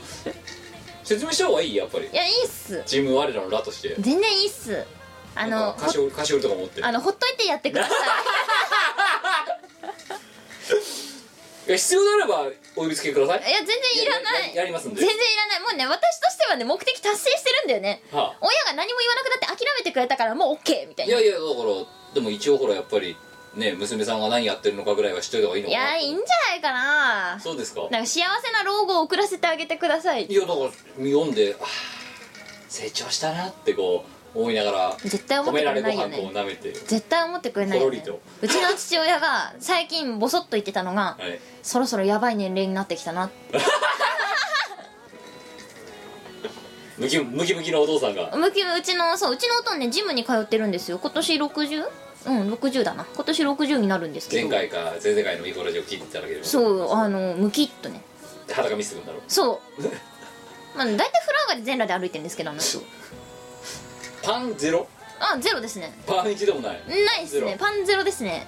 Speaker 4: 説明した方がいいやっぱり
Speaker 5: やいいっす
Speaker 4: チーム我らのラとして
Speaker 5: 全然いいっす
Speaker 4: な
Speaker 5: あ
Speaker 4: ん
Speaker 5: の
Speaker 4: か菓子折り菓子折りとか持って
Speaker 5: あのほっといてやって ください
Speaker 4: いや必要であればお呼びつけください
Speaker 5: いや全然いらな
Speaker 4: や
Speaker 5: い
Speaker 4: ややりますんで
Speaker 5: 全然いらないもうね私としてはね目的達成してるんだよね
Speaker 4: は
Speaker 5: 親が何も言わなくなって諦めてくれたからもう OK みた
Speaker 4: あ、
Speaker 5: い
Speaker 4: い
Speaker 5: な
Speaker 4: や
Speaker 5: い
Speaker 4: いやだからでも一応ほらやっぱりね娘さんが何やってるのかぐらいは知っといた方がいいのかな
Speaker 5: やいいんじゃないかな
Speaker 4: そうですか
Speaker 5: なんか幸せな老後を送らせてあげてください
Speaker 4: いやだから読んでああ成長したなってこう思いながら
Speaker 5: 絶対思
Speaker 4: 褒
Speaker 5: って
Speaker 4: めら
Speaker 5: くれ
Speaker 4: れご
Speaker 5: ないよ
Speaker 4: 飯こう
Speaker 5: ね
Speaker 4: 舐めて
Speaker 5: 絶対思ってくれない
Speaker 4: ほ
Speaker 5: よ、ね
Speaker 4: ろりと、
Speaker 5: うちの父親が最近ボソッと言ってたのが
Speaker 4: はい
Speaker 5: そろそろやばい年齢になってきたな
Speaker 4: ムキムキムキのお父さんが
Speaker 5: むきうちのそううちのおとんねジムに通ってるんですよ今年 60? うん60だな今年60になるんですけ
Speaker 4: 前
Speaker 5: ど
Speaker 4: 回か前々回のミコラジオ聞いていただければ
Speaker 5: そうあのムキッとね
Speaker 4: 裸見せてくんだろう
Speaker 5: そう まあ大体フラ上がり全裸で歩いてるんですけどあの人
Speaker 4: パンゼロ
Speaker 5: あゼロですね
Speaker 4: パン一でもない
Speaker 5: ないですね
Speaker 4: ゼ
Speaker 5: パンゼロですね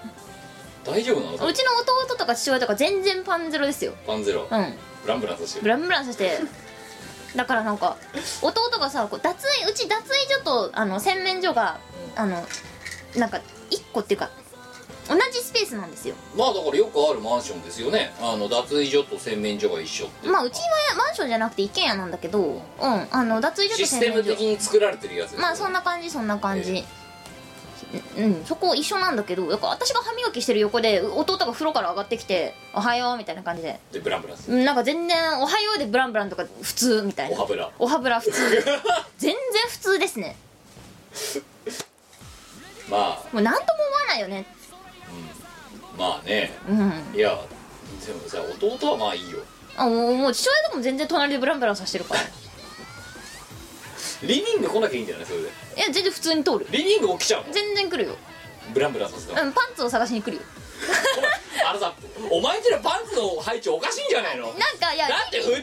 Speaker 4: ロ大丈夫なの
Speaker 5: うちの弟とか父親とか全然パンゼロですよ
Speaker 4: パンゼロ
Speaker 5: うん
Speaker 4: ブランブランとして
Speaker 5: ブ
Speaker 4: る
Speaker 5: ランブランさせてだからなんか弟がさこう脱衣うち脱衣所とあの洗面所があのなんか一個っていうか同じスペースなんですよ
Speaker 4: まあだからよくあるマンションですよねあの脱衣所と洗面所が一緒って
Speaker 5: まあうちはマンションじゃなくて一軒家なんだけどうんあの脱衣所と
Speaker 4: シス
Speaker 5: 洗
Speaker 4: テ
Speaker 5: 面
Speaker 4: ム的
Speaker 5: 所
Speaker 4: に作られてるやつですよね
Speaker 5: まあそんな感じそんな感じ、うんうんそこ一緒なんだけどだから私が歯磨きしてる横で弟が風呂から上がってきて「おはよう」みたいな感じで
Speaker 4: でブランブランです
Speaker 5: うんなんか全然「おはよう」でブランブランとか普通みたい
Speaker 4: お
Speaker 5: な
Speaker 4: はぶら
Speaker 5: おはぶら普通で全然普通ですね
Speaker 4: まあ
Speaker 5: もう何とも思わないよね
Speaker 4: まあね
Speaker 5: うん
Speaker 4: いやでもさ弟はまあいいよ
Speaker 5: あもうもう父親とかも全然隣でブランブランさせてるから い
Speaker 4: リビング来なきゃいいんじゃないそれで
Speaker 5: や全然普通に通る
Speaker 4: リビング起きちゃうの
Speaker 5: 全然来るよ
Speaker 4: ブランブランさせた
Speaker 5: う
Speaker 4: の
Speaker 5: んパンツを探しに来るよ
Speaker 4: あのさお前んちのパンツの配置おかしいんじゃないのだ
Speaker 5: なんかいや
Speaker 4: って普通
Speaker 5: うんい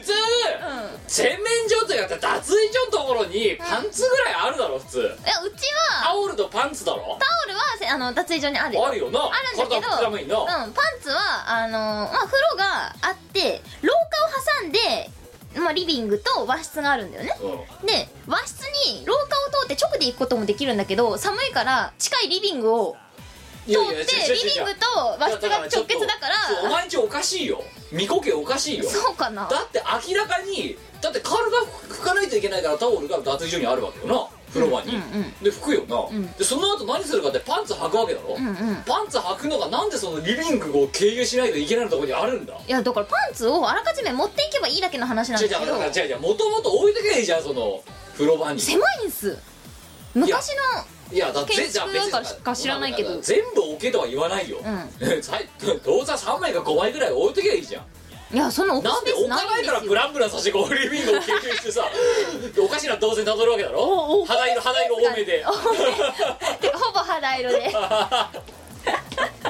Speaker 5: や
Speaker 4: 洗面所というか脱衣所のところにパンツぐらいあるだろ普通
Speaker 5: うちは
Speaker 4: タオルとパンツだろ
Speaker 5: タオルはせあの脱衣所にあるよ
Speaker 4: あるよな
Speaker 5: あるんだけど
Speaker 4: 体膨らむいな
Speaker 5: うん、パンツはあのまあ風呂があって廊下を挟んで、まあ、リビングと和室があるんだよね
Speaker 4: うん
Speaker 5: で和室に廊下を通って直で行くこともできるんだけど寒いから近いリビングを
Speaker 4: い
Speaker 5: 通
Speaker 4: や
Speaker 5: っ
Speaker 4: い
Speaker 5: て
Speaker 4: や違う違う違う
Speaker 5: リビングと和室が直結だから
Speaker 4: そうお前んちおかしいよ見こけおかしいよ
Speaker 5: そうかな
Speaker 4: だって明らかにだって体拭かないといけないからタオルが脱衣所にあるわけよなフロアに、
Speaker 5: うんうん
Speaker 4: で拭くよな、
Speaker 5: うん
Speaker 4: でその後何するかってパンツ履くわけだろ、
Speaker 5: うんうん
Speaker 4: パンツ履くのがなんでそのリビングを経由しないといけないところにあるんだ
Speaker 5: いやだからパンツをあらかじめ持っていけばいいだけの話なん
Speaker 4: 違う
Speaker 5: で
Speaker 4: 違
Speaker 5: すけ
Speaker 4: うだ
Speaker 5: ど
Speaker 4: から違う違うもともと置いとけばいいじゃんその風呂場に
Speaker 5: 狭いんす昔
Speaker 4: いやだって
Speaker 5: 建築
Speaker 4: じゃあ別に
Speaker 5: なんか知らないけど
Speaker 4: まあ全部置けとは言わないよ、
Speaker 5: の
Speaker 4: さ当座3枚か5枚ぐらい置いとけばいいじゃん
Speaker 5: うんいやそんな置く
Speaker 4: なん
Speaker 5: ス
Speaker 4: で
Speaker 5: ペー
Speaker 4: 置
Speaker 5: ス
Speaker 4: か
Speaker 5: ないん
Speaker 4: ないか
Speaker 5: で
Speaker 4: ら
Speaker 5: す
Speaker 4: ブ
Speaker 5: よ
Speaker 4: ランブランさせてこうリビングを経由して さおかしな動線たどるわけだろ肌色肌色多めで
Speaker 5: てかほぼ肌色で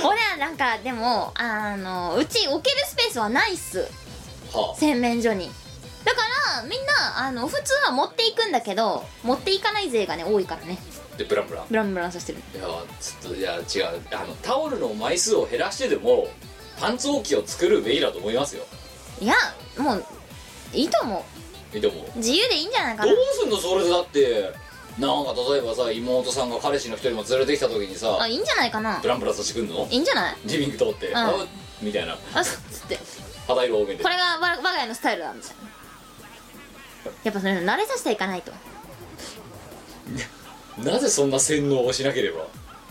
Speaker 5: 俺はなんかでもあのうち置けるスペースはないっす
Speaker 4: は
Speaker 5: 洗面所にだからみんなあの普通は持っていくんだけど持っていかない勢がね多いからね
Speaker 4: あでブランブラン
Speaker 5: ブランブランさせてる
Speaker 4: いやちょっといや違うあのタオルの枚数を減らしてでもパンツ置きを作るべきだと思いますよ
Speaker 5: いやもういいと思
Speaker 4: でも
Speaker 5: う自由でいいんじゃないか
Speaker 4: ど
Speaker 5: な
Speaker 4: うすんのそれでだってなんか例えばさ妹さんが彼氏の人にも連れてきた時に
Speaker 5: あ
Speaker 4: さ
Speaker 5: いいんじゃないかな
Speaker 4: ブランブランさせてくんの
Speaker 5: いいんじゃない
Speaker 4: リビング通って、
Speaker 5: ん
Speaker 4: あみたいな
Speaker 5: あすつって
Speaker 4: 肌色多めで
Speaker 5: これがわ我が家のスタイルだみたいなやっぱそれ慣れさせていかないと
Speaker 4: なぜそんな洗脳をしなければ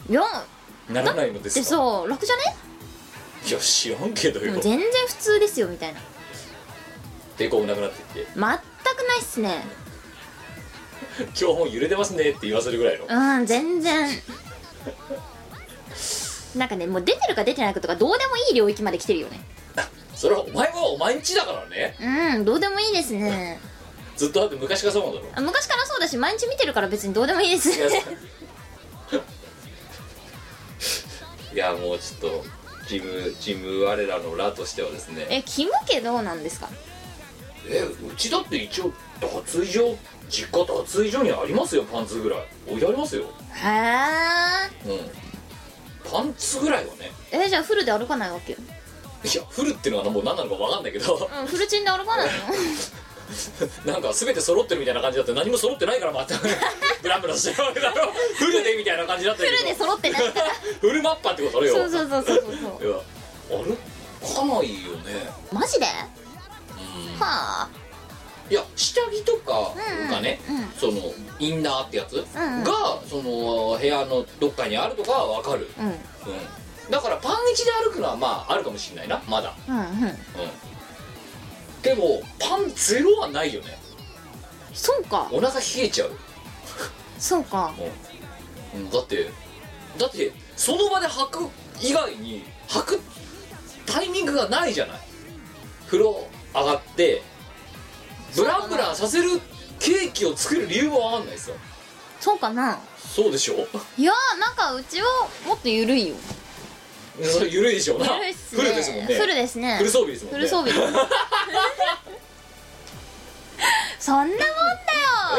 Speaker 5: いや
Speaker 4: ならないので
Speaker 5: です
Speaker 4: か
Speaker 5: そう楽じゃね
Speaker 4: いや知らんけど
Speaker 5: で
Speaker 4: よ
Speaker 5: も全然普通ですよみたいな
Speaker 4: 抵抗もなくなってきて
Speaker 5: 全くないっすね
Speaker 4: 「今日も揺れてますね」って言わせるぐらいの
Speaker 5: うん全然なんかねもう出てるか出てないかとかどうでもいい領域まで来てるよね
Speaker 4: それはお前はお前んちだからね
Speaker 5: うんどうでもいいですね
Speaker 4: ずっとだって昔からそうなんだろ
Speaker 5: あ昔からそうだし毎日見てるから別にどうでもいいです
Speaker 4: いや
Speaker 5: ね
Speaker 4: いやもうちょっとチームチーム我らのらとしてはですね
Speaker 5: えキム家どうなんですか
Speaker 4: えうちだって一応脱衣所実家脱衣所にありますよパンツぐらい置いてありますよ
Speaker 5: へー
Speaker 4: うんパンツぐらいはね
Speaker 5: えじゃあフルで歩かないわけ
Speaker 4: いやフルっていうのはもう何なのか分かんないけど
Speaker 5: うん フルチンで歩かないの
Speaker 4: なんか全て揃ってるみたいな感じだって何も揃ってないからまた ブランブランしてるわけだろフルでみたいな感じだったけ
Speaker 5: フ
Speaker 4: ど
Speaker 5: ルで揃ってないから
Speaker 4: フルマッパってことだよ
Speaker 5: そうそうそうそうそう
Speaker 4: いや歩かないよね
Speaker 5: マジでは
Speaker 4: うん
Speaker 5: あ
Speaker 4: いや下着とか
Speaker 5: うん
Speaker 4: がね、
Speaker 5: うん
Speaker 4: そのインナーってやつ、
Speaker 5: んうん
Speaker 4: がその部屋のどっかにあるとかはわかる、
Speaker 5: うん
Speaker 4: うん、だからパン一で歩くのはまああるかもしれないなまだ、
Speaker 5: うんうん
Speaker 4: うん、でもパンゼロはないよね
Speaker 5: そうか
Speaker 4: お腹冷えちゃう、
Speaker 5: そうか
Speaker 4: うん、だってだってその場で履く以外に履くタイミングがないじゃない風呂上がってブランブランさせるケーキを作る理由もわかんないですよ
Speaker 5: そうかな
Speaker 4: そうでし ょ
Speaker 5: いやーなんかうちはもっと緩いよ
Speaker 4: それ緩いでしょうな
Speaker 5: 緩いっす
Speaker 4: フ
Speaker 5: ね
Speaker 4: ルですもんね
Speaker 5: フルですね
Speaker 4: フル装備ですもん
Speaker 5: フ
Speaker 4: ね
Speaker 5: ル装備 そんなもんだよ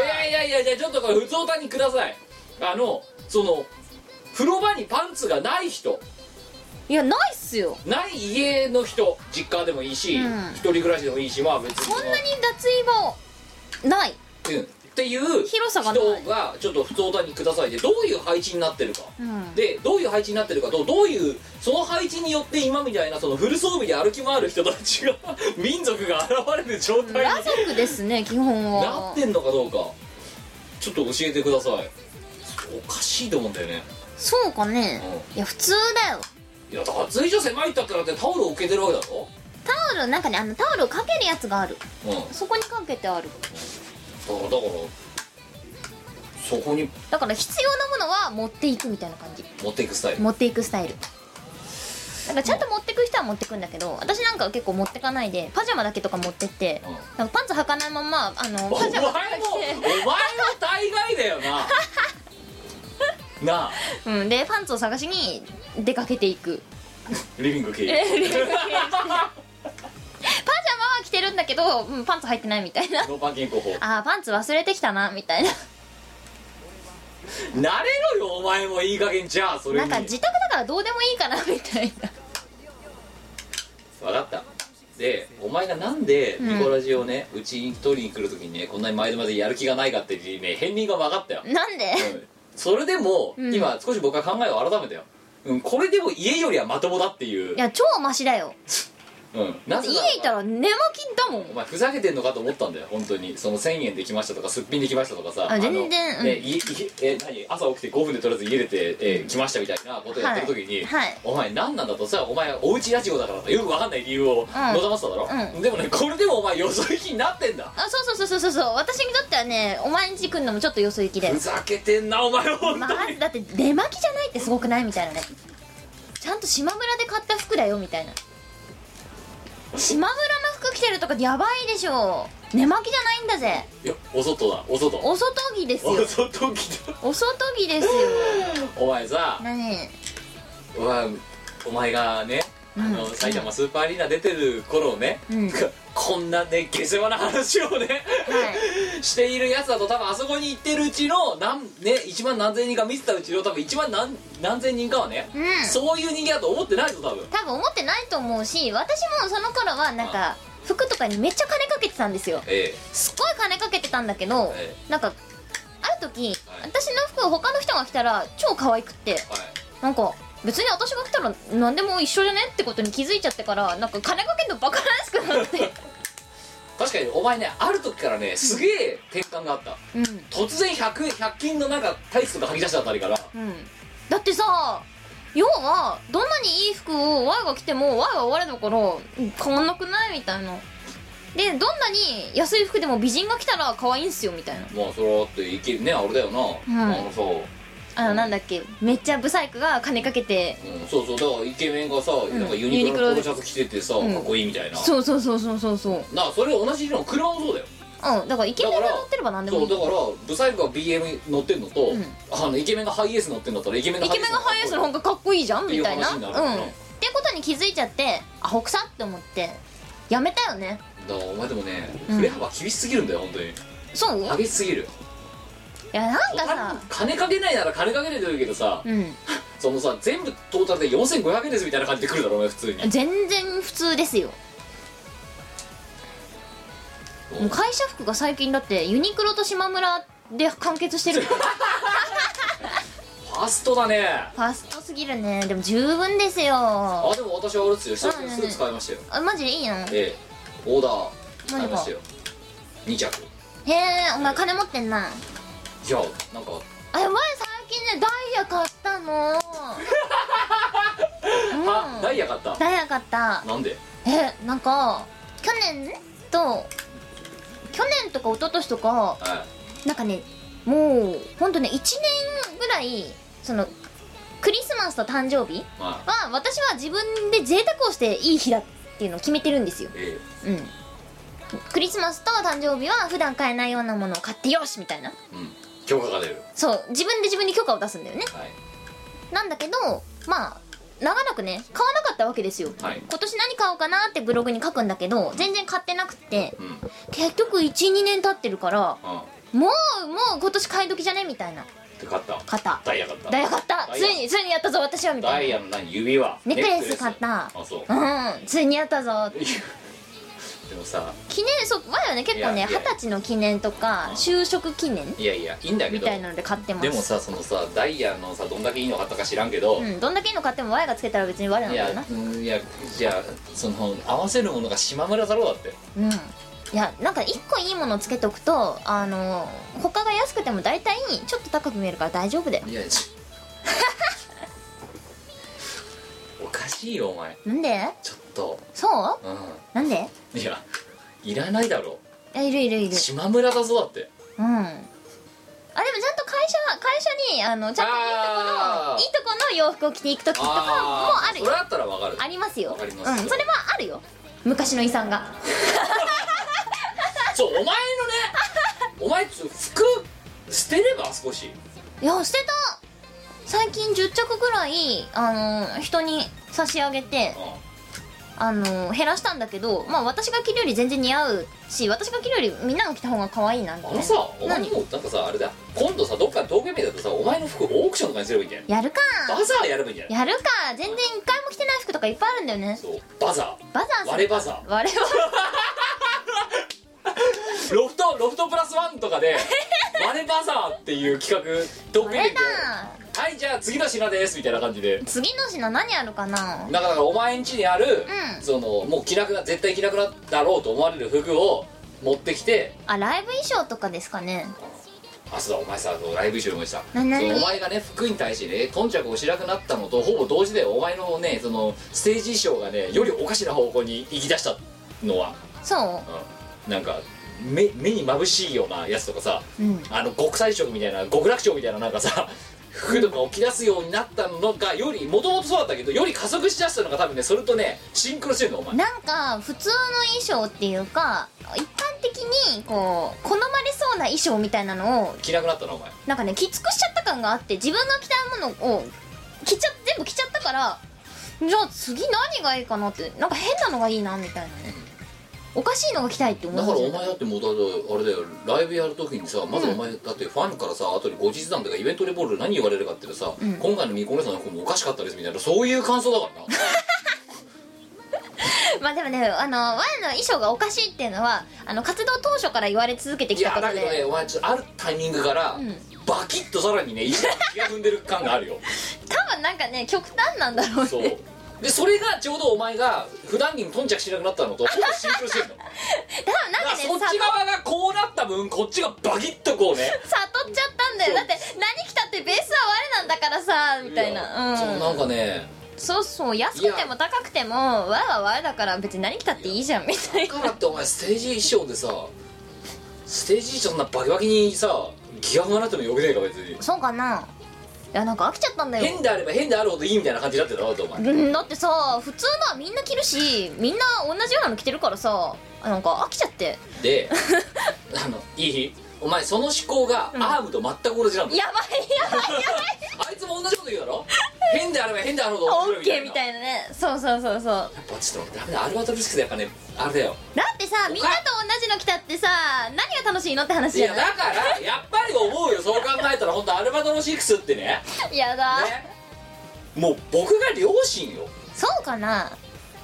Speaker 4: いやいやいやじゃあちょっとこれ普通おたにくださいあのその風呂場にパンツがない人
Speaker 5: いやないっすよ
Speaker 4: ない家の人実家でもいいし、
Speaker 5: うん
Speaker 4: 一人暮らしでもいいしまあ別に
Speaker 5: そんなに脱衣場ない
Speaker 4: うんっていう
Speaker 5: 広さがない
Speaker 4: 人がちょっと普通おたにくださいでどういう配置になってるか
Speaker 5: うん
Speaker 4: でどういう配置になってるかとどういうその配置によって今みたいなそのフル装備で歩き回る人たちが 民族が現れる状態
Speaker 5: 裸
Speaker 4: に
Speaker 5: 族ですね基本
Speaker 4: なっ
Speaker 5: は
Speaker 4: てんのかどうかちょっと教えてくださいおかしいと思うんだよね
Speaker 5: そうかねいや普通だよ
Speaker 4: いや脱衣所狭いったってだってタオル置けてるわけだろ
Speaker 5: タオルなんかねあのタオルをかけるやつがある
Speaker 4: うんだか
Speaker 5: そこにかけてある
Speaker 4: らだからそこに
Speaker 5: だから必要なものは持っていくみたいな感じ
Speaker 4: 持っていくスタイル
Speaker 5: 持っていくスタイルなんかちゃんと持ってく人は持ってくんだけど私なんかは結構持ってかないでパジャマだけとか持ってって
Speaker 4: うん
Speaker 5: なんかパンツ履かないままあの
Speaker 4: お
Speaker 5: パ
Speaker 4: 前
Speaker 5: ジ
Speaker 4: も
Speaker 5: ャ
Speaker 4: お
Speaker 5: マとか
Speaker 4: 前も
Speaker 5: 着
Speaker 4: 大概だよななあ
Speaker 5: て、うん、でパンツを探しに出かけていく
Speaker 4: リビング経
Speaker 5: え
Speaker 4: 由
Speaker 5: リビング経由パジャマは着てるんだけど、うん、パンツ履いてないみたいな
Speaker 4: ノーパン健康法
Speaker 5: あーパンツ忘れてきたなみたいな
Speaker 4: なれろよお前もいい加減じゃあそれ
Speaker 5: な
Speaker 4: に
Speaker 5: んか自宅だからどうでもいいかなみたいな
Speaker 4: 分かったでお前がなんで
Speaker 5: ん
Speaker 4: ニコラジをねうち、に一人に来るときにねこんなに前々までやる気がないかっていうね片鱗が分かったよ、
Speaker 5: なんで
Speaker 4: うんそれでも、
Speaker 5: うん
Speaker 4: 今少し僕は考えを改めたよ、うん、これでも家よりはまともだっていう
Speaker 5: いや超マシだよ
Speaker 4: うん、なぜなら
Speaker 5: 家いたら寝巻きだもん
Speaker 4: お前ふざけてんのかと思ったんだよ本当にその1000円できましたとかすっぴんできましたとかさ
Speaker 5: あ全然
Speaker 4: あ
Speaker 5: う
Speaker 4: の
Speaker 5: ん
Speaker 4: ねいいえ何朝起きて5分でとりあえず家出て、え来ましたみたいなことやってる時に、
Speaker 5: はいはい
Speaker 4: お前何なんだとさお前おうちラジオだからとよくわかんない理由をのだまってただろ、
Speaker 5: う
Speaker 4: でもねこれでもお前よそ行きになってんだ
Speaker 5: あそうそうそうそうそう私にとってはねお前んち来るのもちょっとよそ行きで
Speaker 4: ふざけてんなお前本当に、
Speaker 5: まずだって出巻きじゃないってすごくないみたいなねちゃんと島村で買った服だよみたいな島村の服着てるとかやばいでしょ寝巻きじゃないんだぜ
Speaker 4: いやお外だお外
Speaker 5: お外着ですよ
Speaker 4: お外来た
Speaker 5: お外着ですよ
Speaker 4: お前さ
Speaker 5: 何
Speaker 4: お前お前がねあの、
Speaker 5: うん
Speaker 4: 埼玉スーパーアリーナ出てる頃ね、
Speaker 5: うん
Speaker 4: こんなね下世話な話をね、しているやつだと多分あそこに行ってるうちのなん、ね、1万何千人か見てたうちの多分1万何何千人かはね、
Speaker 5: うん
Speaker 4: そういう人間だと思ってないぞ多分
Speaker 5: 多分思ってないと思うし私もその頃はなんか服とかにめっちゃ金かけてたんですよ
Speaker 4: え
Speaker 5: すっごい金かけてたんだけど、
Speaker 4: え
Speaker 5: なんかある時
Speaker 4: はい
Speaker 5: 私の服を他の人が着たら超可愛くって
Speaker 4: えはい
Speaker 5: なんか別に私が着たら何でも一緒じゃねってことに気づいちゃってからなんか金かけるのバカらしくなって
Speaker 4: 確かにお前ねある時からねすげえ転換があった
Speaker 5: うん
Speaker 4: 突然 100, 100均のなんかタイツとか吐き出したあたりから
Speaker 5: うんだってさ要はどんなにいい服を Y が着ても Y は我だからうん変わんなくないみたいなでどんなに安い服でも美人が着たら可愛いんすよみたいな
Speaker 4: まあそれはだっていけるねあれだよな、
Speaker 5: ん
Speaker 4: あのさ
Speaker 5: あのなんだっけめっちゃブサイクが金かけて
Speaker 4: うん、そうそうだからイケメンがさ、
Speaker 5: ん
Speaker 4: なんかユニクロ
Speaker 5: ユニクロ
Speaker 4: の
Speaker 5: で
Speaker 4: ポロシャツ着ててさ、
Speaker 5: うん
Speaker 4: かっこいいみたいな
Speaker 5: そうそうそうそうそうそう
Speaker 4: なそれ同じの車もそうだよ
Speaker 5: うんだからイケメンが乗ってれば何でもい
Speaker 4: そ
Speaker 5: いう
Speaker 4: だからブサイクが BM 乗ってんのと、
Speaker 5: うん
Speaker 4: あのイケメンがハイエース乗ってんだったらイケメンが
Speaker 5: イケメンがハイエースの方
Speaker 4: が
Speaker 5: がかっこいいじゃんみたいな
Speaker 4: って
Speaker 5: うん
Speaker 4: いう
Speaker 5: っ
Speaker 4: 話になるから
Speaker 5: てことに気づいちゃってアホくさって思ってやめたよね
Speaker 4: だからお前でもね、
Speaker 5: うん
Speaker 4: 振れ幅厳しすぎるんだよ本当に
Speaker 5: そうい
Speaker 4: 激しすぎる
Speaker 5: やなんか
Speaker 4: 他
Speaker 5: さ
Speaker 4: に金かけないなら金かけないでるけどさ、
Speaker 5: うん
Speaker 4: そのさ全部トータルで4500円ですみたいな感じでくるだろお前普通に
Speaker 5: 全然普通ですよ
Speaker 4: うん
Speaker 5: もう会社服が最近だってユニクロと島村で完 結してるから
Speaker 4: ファーストだね
Speaker 5: ファーストすぎるねでも十分です
Speaker 4: あ
Speaker 5: よ
Speaker 4: でも私はあれですよ久しぶりにスーツ買いましたよ、
Speaker 5: あマジでいいのへ
Speaker 4: ええオーダー買いましたよ2着
Speaker 5: えお前金持ってんな
Speaker 4: じゃあなんか
Speaker 5: あお前最近ねダイヤ買っ たの
Speaker 4: あ
Speaker 5: う
Speaker 4: ダ
Speaker 5: ん
Speaker 4: イヤ買った
Speaker 5: ダイヤ買った
Speaker 4: なんで
Speaker 5: えなんか去年と去年とか一昨年とか
Speaker 4: は
Speaker 5: なんかねもうほんとね1年ぐらいそのクリスマスと誕生日
Speaker 4: いまあ
Speaker 5: は私は自分で贅沢をしていい日だっていうのを決めてるんですよ
Speaker 4: え
Speaker 5: うんクリスマスと誕生日は普段買えないようなものを買ってよしみたいな
Speaker 4: えうん許可が出る
Speaker 5: そう自分で自分に許可を出すんだよね
Speaker 4: はい
Speaker 5: なんだけどまあ長らくね買わなかったわけですよ、
Speaker 4: はい
Speaker 5: 今年何買おうかなってブログに書くんだけど全然買ってなくて
Speaker 4: うんうん
Speaker 5: 結局12年経ってるからもうもう今年買い時じゃねみたいな
Speaker 4: で買った
Speaker 5: 買った
Speaker 4: ダイヤ買った
Speaker 5: ダイヤ買った
Speaker 4: ダイ
Speaker 5: つ
Speaker 4: ヤ
Speaker 5: いについにやったぞ私はみた
Speaker 4: ダ
Speaker 5: い
Speaker 4: イヤの何指輪
Speaker 5: ネックレス買った
Speaker 4: あそう
Speaker 5: なうんついにやったぞ
Speaker 4: でもさ
Speaker 5: 記念そう前はね結構
Speaker 4: い
Speaker 5: ね
Speaker 4: やい
Speaker 5: 二
Speaker 4: や
Speaker 5: 十歳の記念とか就職記念
Speaker 4: いやいやいいんだけ
Speaker 5: み
Speaker 4: ど
Speaker 5: たいなので買ってます
Speaker 4: でもさそのさダイヤのさどんだけいいの買ったか知らんけど、
Speaker 5: うんどんだけいいの買っても Y がつけたら別に我なん
Speaker 4: い
Speaker 5: だ
Speaker 4: や
Speaker 5: よな
Speaker 4: うんいやじゃあその合わせるものが島村太郎だって
Speaker 5: うんいやなんか1個いいものをつけとくとあの他が安くても大体ちょっと高く見えるから大丈夫だよ
Speaker 4: いやち おかしいよお前
Speaker 5: なんで
Speaker 4: ちょっと
Speaker 5: そう
Speaker 4: う
Speaker 5: なんで
Speaker 4: んいやいらないだろ
Speaker 5: いやいるいるいる
Speaker 4: 島村だぞだって
Speaker 5: うんあでもちゃんと会社会社にあのちゃんといいとこの
Speaker 4: あー
Speaker 5: いいとこの洋服を着ていく時とかもある
Speaker 4: そ
Speaker 5: よ
Speaker 4: れだったらわかる
Speaker 5: ありますよ
Speaker 4: わかりますよ
Speaker 5: うん、それはあるよ昔の遺産が
Speaker 4: そうお 前のねお前つ服捨てれば少し
Speaker 5: いや捨てた最近10着ぐらいあの人に差し上げて
Speaker 4: う
Speaker 5: あの減らしたんだけどまあ私が着るより全然似合うし私が着るよりみんなが着た方が可愛いなみた
Speaker 4: んあ
Speaker 5: いな
Speaker 4: のさお前にもなんかさあれだ今度さどっかの陶芸名だとさお前の服オークションとかにすればいいんじゃない
Speaker 5: やるか
Speaker 4: バザーやればいいんじゃない
Speaker 5: やるか全然一回も着てない服とかいっぱいあるんだよね
Speaker 4: そうバザ
Speaker 5: バザー
Speaker 4: ー
Speaker 5: さん
Speaker 4: 割れバザ
Speaker 5: 割れは
Speaker 4: ーロフトロフトプラスワンとかで割れバザーっていう企画陶
Speaker 5: 割
Speaker 4: 芸名
Speaker 5: れ
Speaker 4: で
Speaker 5: だ
Speaker 4: はいじゃあ次の品ですみたいな感じで
Speaker 5: 次の品何あるかな
Speaker 4: なかなかお前ん家にある、
Speaker 5: うん
Speaker 4: そのもう着なくな絶対着なくなったろうと思われる服を持ってきて
Speaker 5: あライブ衣装とかですかね
Speaker 4: あそうだお前さライブ衣装でもした
Speaker 5: ななに
Speaker 4: そうお前がね服に対してね頓着をしなくなったのとほぼ同時でお前のねそのステージ衣装がねよりおかしな方向に行き出したのは、
Speaker 5: そ
Speaker 4: うん、なんか目目に眩しいようなやつとかさ
Speaker 5: ううん
Speaker 4: あの極彩色みたいな極楽鳥みたいななんかさ服とかを着出すようになったのがよりもともとそうだったけどより加速しだしたのが多分ねそれとねシンクロしてるのお前
Speaker 5: なんか普通の衣装っていうか一般的にこう好まれそうな衣装みたいなのを
Speaker 4: 着なくなったなお前
Speaker 5: なんかね着尽くしちゃった感があって自分が着たいものを着ちゃ全部着ちゃったからじゃあ次何がいいかなってなんか変なのがいいなみたいなねおかしいのが着たいって思
Speaker 4: だ
Speaker 5: う
Speaker 4: からお前だってもうだってあれだよライブやるときにさまずお前だってファンからさあとに後日談とかイベントレポールで何言われるかっていうとさ、
Speaker 5: ん
Speaker 4: 今回のミコネさんの子もおかしかったですみたいなそういう感想だからな
Speaker 5: まあでもねあの我の衣装がおかしいっていうのはあの活動当初から言われ続けて
Speaker 4: い
Speaker 5: きた
Speaker 4: や
Speaker 5: こと
Speaker 4: だけどね
Speaker 5: で
Speaker 4: お前ちょっとあるタイミングから、
Speaker 5: うん
Speaker 4: バキッとさらにね一段気が踏んでる感があ るよ
Speaker 5: 多分なんかね極端なんだろうね
Speaker 4: そうでそれがちょうどお前が普段着に頓着しなくなったのとほぼシンクロ してるのだか
Speaker 5: 多分なんからね
Speaker 4: そっち側がこうなった分こっちがバキッとこうね
Speaker 5: 悟っちゃったんだよだって何着たってベースは我なんだからさみたいな
Speaker 4: そううんなんかね
Speaker 5: そうそう安くても高くても我は我だから別に何着たっていいじゃんみたい
Speaker 4: だ
Speaker 5: な
Speaker 4: からってお前ステージ衣装でさステージ衣装そんなバキバキにさギガ踏まなくてもよくねえか別に
Speaker 5: そうかないやなんか飽きちゃったんだよ
Speaker 4: 変であれば変であるほどいいみたいな感じになってたろだってお前
Speaker 5: うんだってさ普通のはみんな着るしみんな同じようなの着てるからさなんか飽きちゃって
Speaker 4: であのいいお前その思考がアームと全く同じなんだよ、
Speaker 5: やばいやばい
Speaker 4: あいつも同じこと言うだろ変であれば変であるほど
Speaker 5: オ
Speaker 4: 面白
Speaker 5: ッケ
Speaker 4: い
Speaker 5: ーみたいなねそうそうそうそう
Speaker 4: やっぱちょっと待ってダメだアルバトルスクスやっぱねあれだよ
Speaker 5: だってさみんなと同じの着たってさ何が楽しいのって話
Speaker 4: い
Speaker 5: じ
Speaker 4: や
Speaker 5: ゃ
Speaker 4: だ
Speaker 5: ない
Speaker 4: からやっぱり思うよそう考えたら本当アルバトルシックスってね
Speaker 5: やだ、
Speaker 4: ねもう僕が両親よ
Speaker 5: そうかな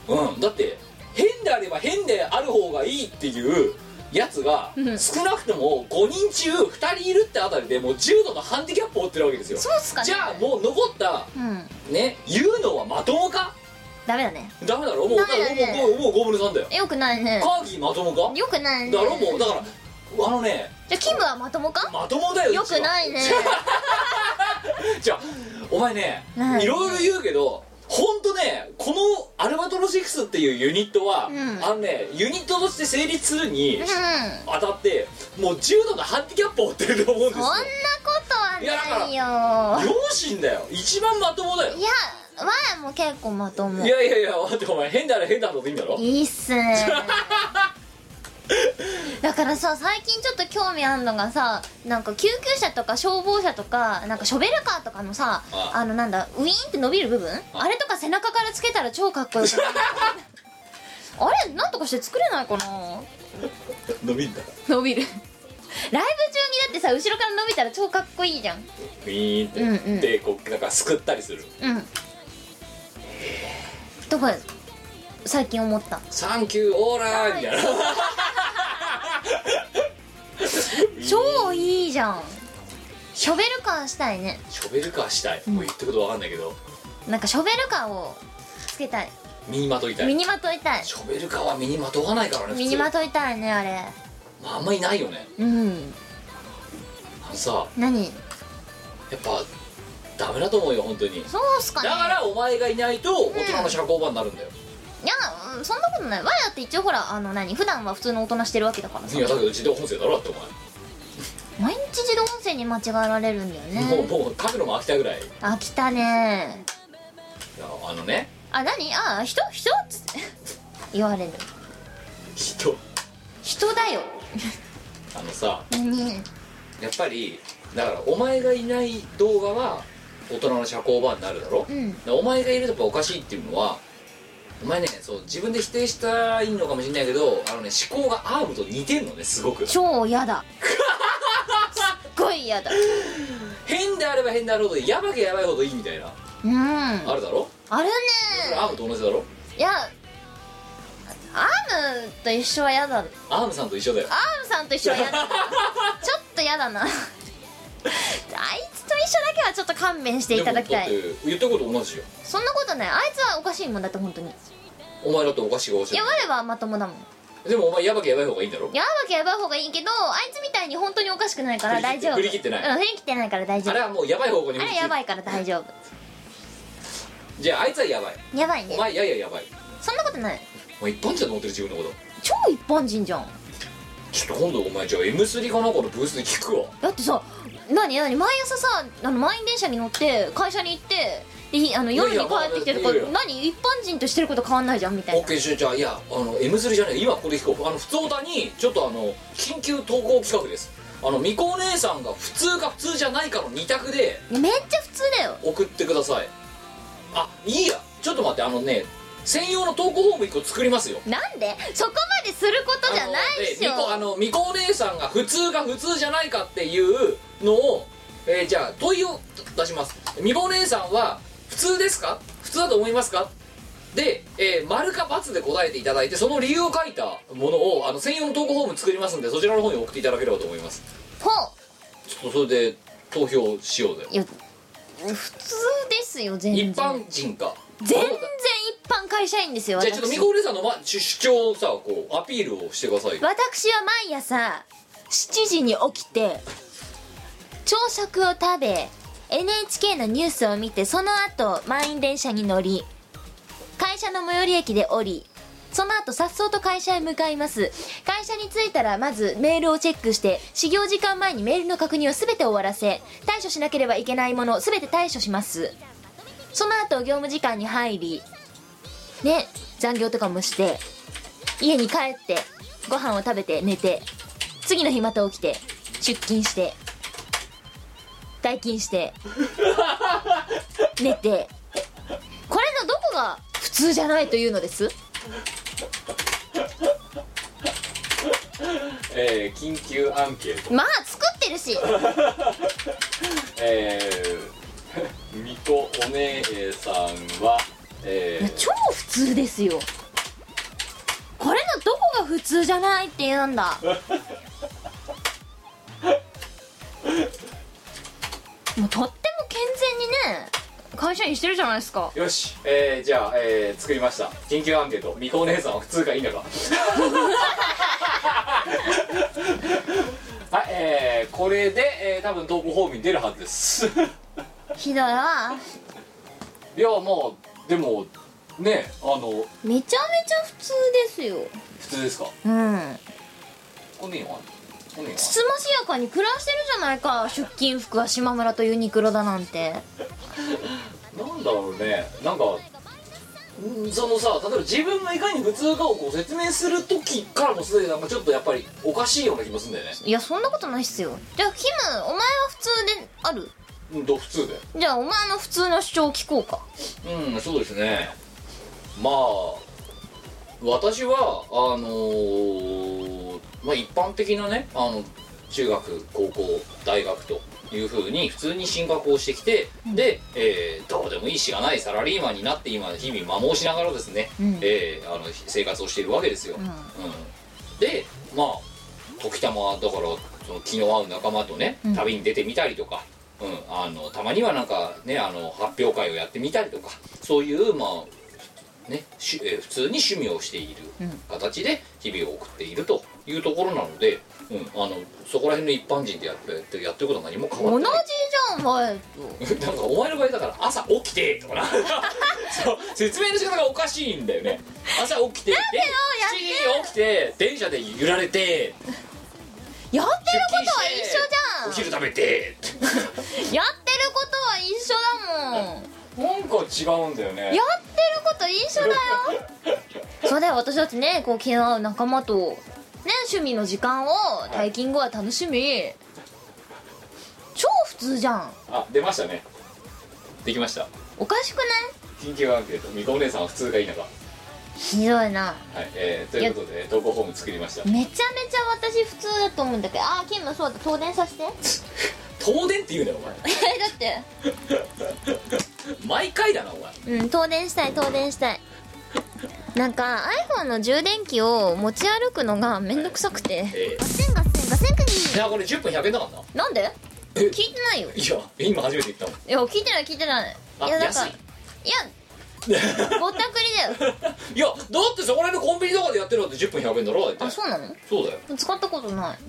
Speaker 4: うん、だって変であれば変である方がいいっていうやつが
Speaker 5: うん
Speaker 4: 少なくとも5人中2人いるってあたりでもう重度のハンディキャップを負ってるわけですよ
Speaker 5: そうっすかね
Speaker 4: じゃあもう残った
Speaker 5: うん
Speaker 4: ね言うのはまともか
Speaker 5: ダメだね
Speaker 4: ダメだろもう
Speaker 5: ダメだね
Speaker 4: もうもうもう5分の3だよ
Speaker 5: よくないね
Speaker 4: カーギーまともか
Speaker 5: よくないね
Speaker 4: だろもうだからあのね
Speaker 5: じゃあキムはまともか
Speaker 4: まともだよ
Speaker 5: よくないね
Speaker 4: じゃあお前ね
Speaker 5: はい
Speaker 4: いろいろ言うけど本当ねこのアルバトロシックスっていうユニットは、
Speaker 5: うん
Speaker 4: あのねユニットとして成立するに
Speaker 5: うん
Speaker 4: 当たってもう重度のハンディキャップを負ってると思うんです
Speaker 5: そん
Speaker 4: よ
Speaker 5: なことはないよ
Speaker 4: 両親だよ一番まともだよ
Speaker 5: いや我も結構まとも
Speaker 4: いや いやいや待ってお前変だろ変だろっていいんだろ
Speaker 5: いいっすねだからさ最近ちょっと興味あんのがさなんか救急車とか消防車とかなんかショベルカーとかのさ
Speaker 4: あ
Speaker 5: あのなんだウィーンって伸びる部分あれとか背中からつけたら超かっこよく ないあれなんとかして作れないかな
Speaker 4: 伸びんだ
Speaker 5: 伸びるライブ中にだってさ後ろから伸びたら超かっこいいじゃん
Speaker 4: ウィーンって、
Speaker 5: うんうん
Speaker 4: でこうなんかすくったりする
Speaker 5: うんとか最近思った
Speaker 4: 「サンキューオーラー」みたいな
Speaker 5: 超いいじゃんショベルカーしたいね
Speaker 4: ショベルカーしたい、もう言ってることわかんないけど
Speaker 5: なんかショベルカーをつけたい
Speaker 4: 身にまといた
Speaker 5: 身
Speaker 4: い
Speaker 5: にまといたい
Speaker 4: ショベルカーは身にまとわないからね普通
Speaker 5: 身にまといたいねあれ
Speaker 4: まあ、あんまりないよね
Speaker 5: うん
Speaker 4: あのさ
Speaker 5: 何
Speaker 4: やっぱダメだと思うよ本当に
Speaker 5: そうっすか
Speaker 4: だ
Speaker 5: ね
Speaker 4: からお前がいないと大人の社交場になるんだよ、
Speaker 5: いやうんそんなことない我だって一応ほらあの何普段は普通の大人してるわけだからさ
Speaker 4: いやだけど自動音声だろだってお
Speaker 5: 毎日自動音声に間違えられるんだよ
Speaker 4: 前、
Speaker 5: ね
Speaker 4: もうもう書くのも飽きたぐらいいや
Speaker 5: 飽きたね
Speaker 4: あのね
Speaker 5: あ何あ人人 っつって言われる
Speaker 4: 人
Speaker 5: 人だよ
Speaker 4: あのさ
Speaker 5: 何
Speaker 4: やっぱりだからお前がいない動画は大人の社交場になるだろ、
Speaker 5: うん
Speaker 4: だからお前がいるとやっぱおかしいっていうのはお前ねそう自分で否定したいのかもしれないけどあのね思考がアームと似てんのねすごく
Speaker 5: 超嫌だすっごい嫌だ
Speaker 4: 変であれば変であるほどやばけやばいほどいいみたいな、
Speaker 5: うん
Speaker 4: あるだろ
Speaker 5: あるね
Speaker 4: それアームと同じだろ
Speaker 5: いやアームと一緒は嫌だアー
Speaker 4: アームさんと一緒だよ
Speaker 5: ムさんと一緒は嫌だちょっと嫌だなあいつと一緒だけはちょっと勘弁していただきた
Speaker 4: でも
Speaker 5: い
Speaker 4: だって言ったこと同じよ
Speaker 5: そんなことないあいつはおかしいもんだって本当にい
Speaker 4: お前だっておかしいがおかしい
Speaker 5: や我はまともだもん
Speaker 4: でもお前やばけやばい方がいいんだろ
Speaker 5: やばけやばい方がいいけどあいつみたいに本当におかしくないから大丈夫
Speaker 4: 振り切って振り切ってない
Speaker 5: うん振り切ってないから大丈
Speaker 4: あ
Speaker 5: 夫
Speaker 4: れはもうやばい方向に
Speaker 5: あれやば
Speaker 4: い
Speaker 5: いから大丈
Speaker 4: じゃああいつはやばい
Speaker 5: 夫やばい
Speaker 4: お
Speaker 5: ね
Speaker 4: 前いやいややばい
Speaker 5: そんなことない
Speaker 4: お前一般人だと思ってる自分のこと
Speaker 5: 超一般人じゃん
Speaker 4: ちょっと今度お前じゃあ M3 かなんかのブースで聞くわ
Speaker 5: だってさ何何毎朝さあの満員電車に乗って会社に行ってでひあの夜に
Speaker 4: いや
Speaker 5: 帰
Speaker 4: いや
Speaker 5: ってきてる
Speaker 4: まあいやい
Speaker 5: と
Speaker 4: や
Speaker 5: か何一般人としてること変わんないじゃんみたいな
Speaker 4: OK じゃあいやあの M3 じゃねえ今ここで聞こうあの普通歌にちょっとあの緊急投稿企画ですあのみこお姉さんが普通か普通じゃないかの2択で
Speaker 5: いやめっちゃ普通だよ
Speaker 4: 送ってくださいあいいやちょっと待ってあのね専用の投稿フォーム1個作りますよ
Speaker 5: なんでそこまですることじゃないっしょ
Speaker 4: あのえみこあのみこお姉さんが普通が普通じゃないかっていうのを、えーじゃあ問いを出しますみこお姉さんは普通ですか普通だと思いますかで、えー丸か×で答えていただいてその理由を書いたものをあの専用の投稿フォーム作りますんでそちらの方に送っていただければと思います
Speaker 5: ほ
Speaker 4: ちょっとそれで投票しようぜ
Speaker 5: ういや普通ですよ全然
Speaker 4: 一般人か
Speaker 5: 全然一般会社員ですよ
Speaker 4: じゃあ
Speaker 5: 私
Speaker 4: ちょっとみこお姉さんの、ま、主主張をさこうアピールをしてくださいよ
Speaker 5: 私は毎朝7時に起きて朝食を食べ NHK のニュースを見てその後満員電車に乗り会社の最寄り駅で降りその後颯爽と会社へ向かいます会社に着いたらまずメールをチェックして始業時間前にメールの確認を全て終わらせ対処しなければいけないもの全て対処しますその後業務時間に入りね残業とかもして家に帰ってご飯を食べて寝て次の日また起きて出勤して退勤して 寝てこれのどこが普通じゃないというのです
Speaker 4: えー緊急アンケート
Speaker 5: まあ作ってるし
Speaker 4: えー、 みこお姉さんは、え
Speaker 5: いや超普通ですよこれのどこが普通じゃないって言うん だもうとっても健全にね会社員してるじゃないですか
Speaker 4: よし、えー、じゃあ、えー、作りました緊急アンケートみこお姉さんは普通かいいのか はい、えー、これで、えー、多分投稿ホームに出るはずです
Speaker 5: ひどいわ
Speaker 4: いやまあでもねあの
Speaker 5: めちゃめちゃ普通ですよ
Speaker 4: 普通ですか
Speaker 5: うん
Speaker 4: こんでいいのかなこんでいいのか
Speaker 5: つつましやかに暮らしてるじゃないか出勤服は島村とユニクロだなんて
Speaker 4: ななんだろうねなんかうんそのさ例えば自分がいかに普通かをこう説明する時からもうすでになんかちょっとやっぱりおかしいような気もするんだよね
Speaker 5: いやそんなことないっすよじゃあヒムお前は普通である
Speaker 4: うんと普通だよ
Speaker 5: じゃあお前の普通の主張を聞こうか
Speaker 4: うんそうですねまあ私はあのーまあ一般的なねあの中学高校大学というふうに普通に進学をしてきて、で、えーどうでもいいしがないサラリーマンになって今日々摩耗しながらですね、
Speaker 5: うん
Speaker 4: えーあの生活をしているわけですよ、
Speaker 5: ん
Speaker 4: うんでまあ時たまだからその気の合う仲間とね
Speaker 5: うん
Speaker 4: 旅に出てみたりとか、うんあのたまにはなんかねあの発表会をやってみたりとかそういうまあねしゅえー普通に趣味をしている
Speaker 5: うん
Speaker 4: 形で日々を送っているというところなので、うん、あのそこら辺の一般人でやってやってることは何も変わ
Speaker 5: 同
Speaker 4: っ
Speaker 5: じ
Speaker 4: てない
Speaker 5: じゃんお前と
Speaker 4: なんかお前の場合だから朝起きてとかな そう説明の仕方がおかしいんだよね朝起きてなんでよ7時に起きて電車で揺られて
Speaker 5: やってる
Speaker 4: 出
Speaker 5: ことは
Speaker 4: 勤してお
Speaker 5: 一緒じ
Speaker 4: 昼食べて
Speaker 5: ゃんやってることは一緒だもん
Speaker 4: なんか違うんだよね
Speaker 5: やってること一緒だよそうだよ私だってねこう気の合う仲間とね趣味の時間を退勤後は楽しみ、超普通じゃん
Speaker 4: あ出ましたねできました
Speaker 5: おかしくない
Speaker 4: 緊急アンケートみこお姉さんは普通がいいのかは、
Speaker 5: ひどいない
Speaker 4: えー、ということで投稿フォーム作りました
Speaker 5: めちゃめちゃ私普通だと思うんだけどああキムそうだ東電させてえ だ
Speaker 4: 東電って言うなよ
Speaker 5: って
Speaker 4: お前毎回だなお前
Speaker 5: うん東電したい東電したいなんか iPhone の充電器を持ち歩くのがめんどくさくて
Speaker 4: え
Speaker 1: ガセンガセンガセンクニ
Speaker 4: ー、いやこれ10分100円だからな
Speaker 5: なんで
Speaker 4: え
Speaker 5: 聞いてないよ
Speaker 4: いや今初めて言ったもん
Speaker 5: いや聞いてない聞いてない
Speaker 4: あ
Speaker 5: いやなんか
Speaker 4: 安い
Speaker 5: いやぼったく りだよ
Speaker 4: いやだってそこら辺のコンビニとかでやってるのって10分100円だろだって
Speaker 5: あそうなの
Speaker 4: そうだよ
Speaker 5: 使ったことない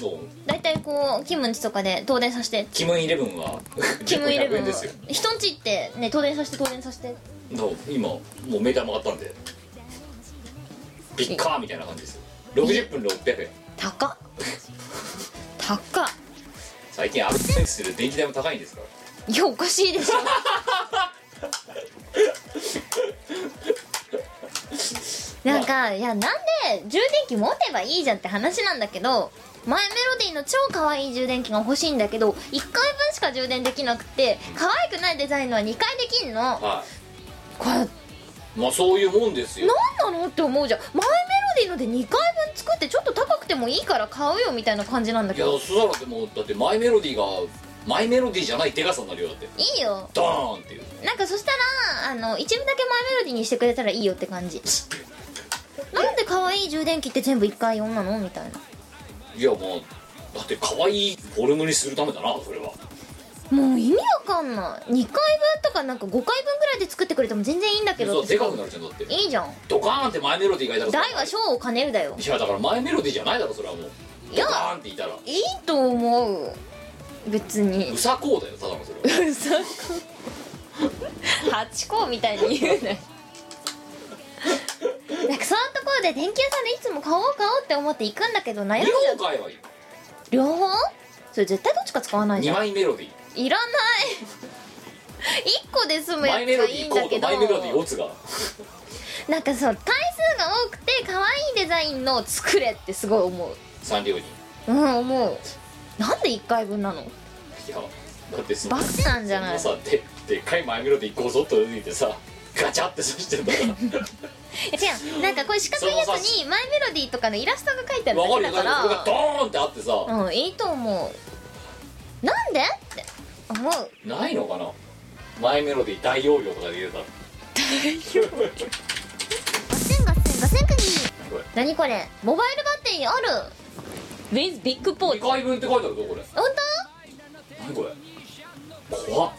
Speaker 4: どう
Speaker 5: だいたいこうキムんちとかで東電させて
Speaker 4: キムイレブンは
Speaker 5: キムイレブ
Speaker 4: 10分100円
Speaker 5: ン
Speaker 4: ですよ
Speaker 5: 人んち行ってね東電させて東電させて
Speaker 4: どう今もうメーター曲がったんでピッカーみたいな感じですよ60分600円
Speaker 5: 高っ高っ
Speaker 4: 最近アルセンスする電気代も高いんですから
Speaker 5: いやおかしいでしょなんかいやなんで充電器持てばいいじゃんって話なんだけど前メロディーの超可愛い充電器が欲しいんだけど1回分しか充電できなくて可愛くないデザインのは2回できんの
Speaker 4: は
Speaker 5: これ
Speaker 4: いまあそういうもんですよ
Speaker 5: 何なのって思うじゃん前メロディーので2回分作ってちょっと高くてもいいから買うよみたいな感じなんだ
Speaker 4: い
Speaker 5: け
Speaker 4: や
Speaker 5: ど
Speaker 4: そしたらでもだってマイメロディーがマイメロディーじゃないデカさになるよだって
Speaker 5: いいよ
Speaker 4: ドーンっていう
Speaker 5: なんかそしたらあの一部だけマイメロディーにしてくれたらいいよって感じなんで可愛い充電器って全部一回4なのみたいない
Speaker 4: やもうだって可愛いフォルムにするためだなそれは
Speaker 5: もう意味わかんない2回分とかなんか5回分ぐらいで作ってくれても全然いいんだけど
Speaker 4: そう
Speaker 5: って
Speaker 4: でかくなるじゃんだって
Speaker 5: いいじゃん
Speaker 4: ドカーンってマイメロディーがいたら
Speaker 5: 大は小を兼ねるだよ
Speaker 4: いやだから前メロディーじゃないだろそれはもう
Speaker 5: いや
Speaker 4: ドカーンっていたら
Speaker 5: いいと思う別に
Speaker 4: うさこうだよただのそ れは
Speaker 5: うさこ八個みたいに言うねなんかそういうところで電気屋さんでいつも買おう買おうって思って行くんだけど悩むじゃん
Speaker 4: 両方買えばいい
Speaker 5: 両方それ絶対どっちか使わないじ
Speaker 4: 2
Speaker 5: ゃん
Speaker 4: 枚メロディー
Speaker 5: いらない1個で済むや
Speaker 4: マ
Speaker 5: つ
Speaker 4: イメロ
Speaker 5: が
Speaker 4: デ
Speaker 5: い
Speaker 4: ィ
Speaker 5: い
Speaker 4: ー
Speaker 5: ん
Speaker 4: コ
Speaker 5: だけ
Speaker 4: ード
Speaker 5: ど
Speaker 4: マイメロディーオツが
Speaker 5: なんかそう体数が多くて可愛いデザインのを作れってすごい思う
Speaker 4: 3両にい
Speaker 5: うん思うなんで1回分なの
Speaker 4: やだってその
Speaker 5: バカなんじゃない
Speaker 4: そのさででっかいマイメロディー構造と出てきてさガチャってさしてんだから
Speaker 5: いや違うなんかこういう四角いやつにマイメロディーとかのイラストが書いてあるだ
Speaker 4: わか
Speaker 5: け
Speaker 4: る
Speaker 5: だ
Speaker 4: よだ
Speaker 5: か
Speaker 4: からこれがド
Speaker 5: ら
Speaker 4: ーンってあってさ、
Speaker 5: うんいいと思うなんでって思う
Speaker 4: ないのかなマイメロディー大容量とかで入れたら
Speaker 1: ガセンガセンガセンクニ
Speaker 5: 何これモバイルバッテリーある With Big p o
Speaker 4: 2回分って書いてあるぞこれ
Speaker 5: 本
Speaker 4: 何これ怖っ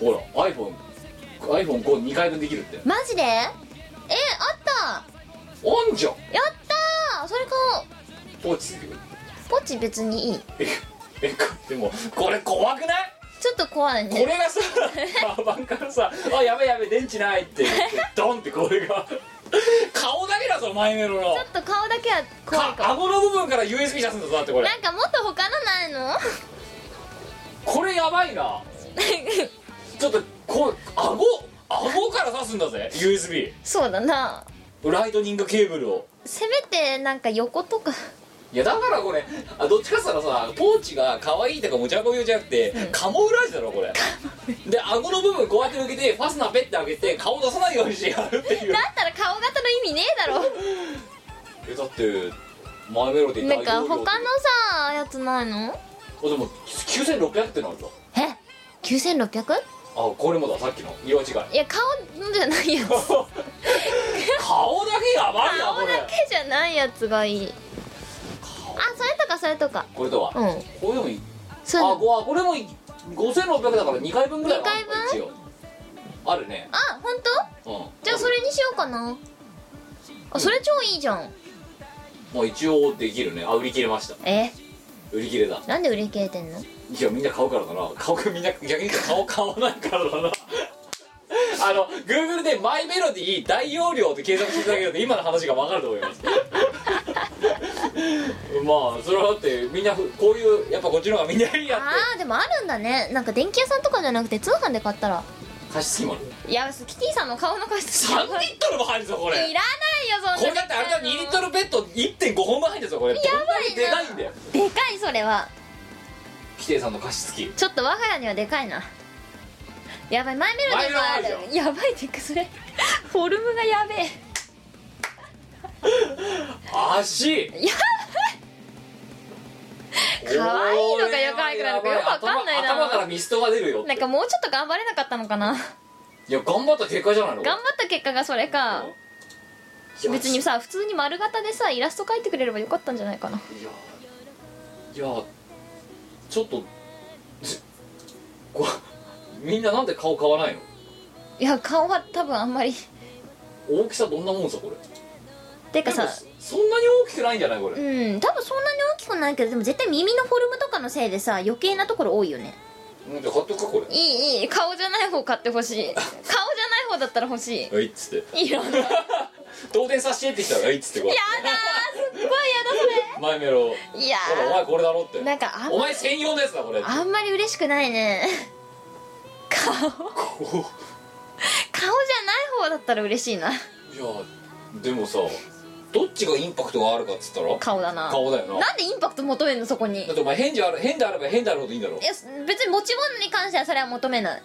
Speaker 4: ほら iPhoneiPhone52 回分できるって
Speaker 5: 当マジでえあった
Speaker 4: あんじゃん
Speaker 5: やったーそれ買おう
Speaker 4: 放置ついてくる
Speaker 5: ポチ別にいい
Speaker 4: えこでもこれ怖くない
Speaker 5: ちょっと怖い
Speaker 4: こ
Speaker 5: ね
Speaker 4: れがさカバンからさ「あやべやべ電池ない」って言ってドンってこれが顔だけだぞマイメロの
Speaker 5: ちょっと顔だけは怖い
Speaker 4: か
Speaker 5: かも
Speaker 4: 顎の部分から USB 出すんだぞだってこれ
Speaker 5: なんかもっと他のないの
Speaker 4: これやばいなちょっとこう顎顎から刺すんだぜ USB
Speaker 5: そうだな
Speaker 4: ライトニングケーブルを
Speaker 5: せめてなんか横とか
Speaker 4: いやだからこれあどっちかっつったらさポーチが可愛いとか持ち運び用じゃなくて、カモフラージュだろこれで顎の部分こうやって抜けてファスナーペッて開けて顔出さないようにしてやるっていう
Speaker 5: だったら顔型の意味ねえだろ
Speaker 4: えだって前メロディー
Speaker 5: なん
Speaker 4: 大
Speaker 5: か
Speaker 4: 容量
Speaker 5: 他の
Speaker 4: で
Speaker 5: さやつないの
Speaker 4: あでも9600ってなるぞ
Speaker 5: え 9600?
Speaker 4: あこれもださっきの色違 い
Speaker 5: いや顔じゃないやつ
Speaker 4: 顔だけやばいなこ
Speaker 5: 顔
Speaker 4: れ
Speaker 5: だけじゃないやつがいいあそれとかそれとか
Speaker 4: これとは、
Speaker 5: うん
Speaker 4: これでもいい
Speaker 5: それ
Speaker 4: あこあこれもい5600だから2回分ぐらいはあるのか
Speaker 5: 二回
Speaker 4: 一応あるね
Speaker 5: あ本当？
Speaker 4: うん
Speaker 5: じゃあそれにしようかなあそれ超いいじゃん
Speaker 4: もう一応できるねあ売り切れました
Speaker 5: え
Speaker 4: 売り切れだ
Speaker 5: なんで売り切れてんの
Speaker 4: いやみんな買うからだな顔がみんな逆に言うと顔買わないからだなあの Google で「マイメロディー大容量」で検索していただけると今の話が分かると思いますまあそれはだってみんなふこういうやっぱこっちの方がみんないいやっ
Speaker 5: あーでもあるんだねなんか電気屋さんとかじゃなくて通販で買ったら
Speaker 4: て加湿器もある
Speaker 5: いやキティさんの顔の加湿器 いら
Speaker 4: 3リットルも入るぞこれ
Speaker 5: ないよそ
Speaker 4: こ
Speaker 5: ん
Speaker 4: れ
Speaker 5: な
Speaker 4: だってあれだ2リットルベッド1.5本分入るぞこれや
Speaker 5: ばいな
Speaker 4: でかいんだよ
Speaker 5: でかいそれは
Speaker 4: 規定さんの加湿器
Speaker 5: ちょっと我が家にはでかいなやばい前メロディーがあ
Speaker 4: 前メロある
Speaker 5: るやばいっていうかそれ フォルムがやべえ
Speaker 4: 足
Speaker 5: 可愛いのかよ可愛くないのかよくわかんないな
Speaker 4: 頭頭からミストが出るよ
Speaker 5: なんかもうちょっと頑張れなかったのかない
Speaker 4: や頑張った結果じゃないの
Speaker 5: 頑張った結果がそれか
Speaker 4: いや
Speaker 5: 別にさ普通に丸型でさイラスト描いてくれればよかったんじゃないかない
Speaker 4: やいやちょっとちこみんななんで顔買わないの
Speaker 5: いや顔は多分あんまり
Speaker 4: 大きさどんなもんさこれ
Speaker 5: てかさ
Speaker 4: でもそんなに大きくないんじゃないこれ、
Speaker 5: うん多分そんなに大きくないけどでも絶対耳のフォルムとかのせいでさ余計なところ多いよね
Speaker 4: うん、じゃあ買っとくかこ
Speaker 5: いいいい顔じゃない方買ってほしい顔じゃない方だったら欲し
Speaker 4: れはいっつって
Speaker 5: いいろんなやだー
Speaker 4: 同点させてってきたらはいっつってこう
Speaker 5: すっごいやだそ
Speaker 4: 前メロ
Speaker 5: れいや
Speaker 4: ほらお前これだろって
Speaker 5: ーなんかあん
Speaker 4: お
Speaker 5: ま
Speaker 4: 前専用のやつだこれ
Speaker 5: あんまり嬉しくないね顔顔じ
Speaker 4: こ
Speaker 5: ゃない方だったら嬉しいな
Speaker 4: ういやでもさどっちがインパクトがあるかっつったら
Speaker 5: 顔だな
Speaker 4: 顔だよな
Speaker 5: なんでインパクト求めんのそこにい
Speaker 4: だってお前変じゃある変であれば変であるほどいいんだろ
Speaker 5: や別に持ち物に関してはそれは求めない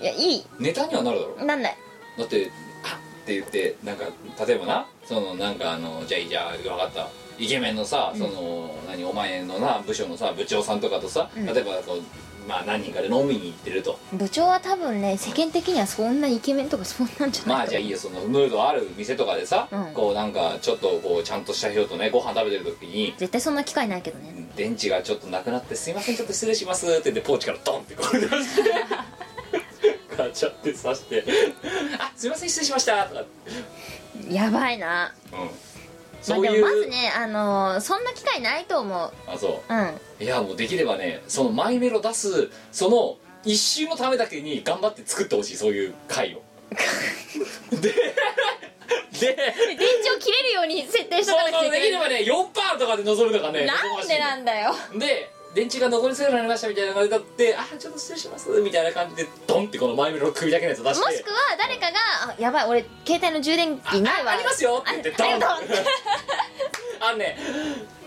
Speaker 5: いやいい
Speaker 4: ネタにはなるだろ
Speaker 5: なんない
Speaker 4: だって「あっ」って言ってなんか例えばなそのなんかあのじゃあいいじゃあ分かったイケメンのさ、その何お前のな部署のさ部長さんとかとさ、
Speaker 5: ん
Speaker 4: 例えばこうまあ何人かで飲みに行ってると
Speaker 5: 部長は多分ね世間的にはそんなイケメンとかそんなんじゃない
Speaker 4: まあじゃあいいよそのムードある店とかでさ、
Speaker 5: うん
Speaker 4: こうなんかちょっとこうちゃんとした人とねご飯食べてる時に
Speaker 5: 絶対そんな機会ないけどね
Speaker 4: 電池がちょっとなくなって「すいませんちょっと失礼します」って言ってポーチからドンってこれ出してガチャって刺して「あすいません失礼しました」とか、うん、
Speaker 5: やばいなま
Speaker 4: そ
Speaker 5: あ
Speaker 4: う
Speaker 5: で
Speaker 4: い
Speaker 5: もまず
Speaker 4: う、
Speaker 5: ねあのーそんな機会ないと思う
Speaker 4: あそ
Speaker 5: うん
Speaker 4: ういやもうできればねそのマイメロ出すその一周のためだけに頑張って作ってほしいそういう回 をでで
Speaker 5: 電池を切れるように設定し
Speaker 4: そ
Speaker 5: とか
Speaker 4: う
Speaker 5: なきゃ
Speaker 4: そう
Speaker 5: い
Speaker 4: でき
Speaker 5: け
Speaker 4: れ
Speaker 5: ない
Speaker 4: ばね4パーとかで臨むのがね
Speaker 5: なんでなんだよ
Speaker 4: で電池が残りそうになりましたみたいな感じだって「あーちょっと失礼します」みたいな感じでドンってこの前目の首だけのやつ出
Speaker 5: も
Speaker 4: して
Speaker 5: しくは誰かがあ「やばい俺携帯の充電器ないわ
Speaker 4: あありますよって言ってド ン
Speaker 5: ありがとう
Speaker 4: あのね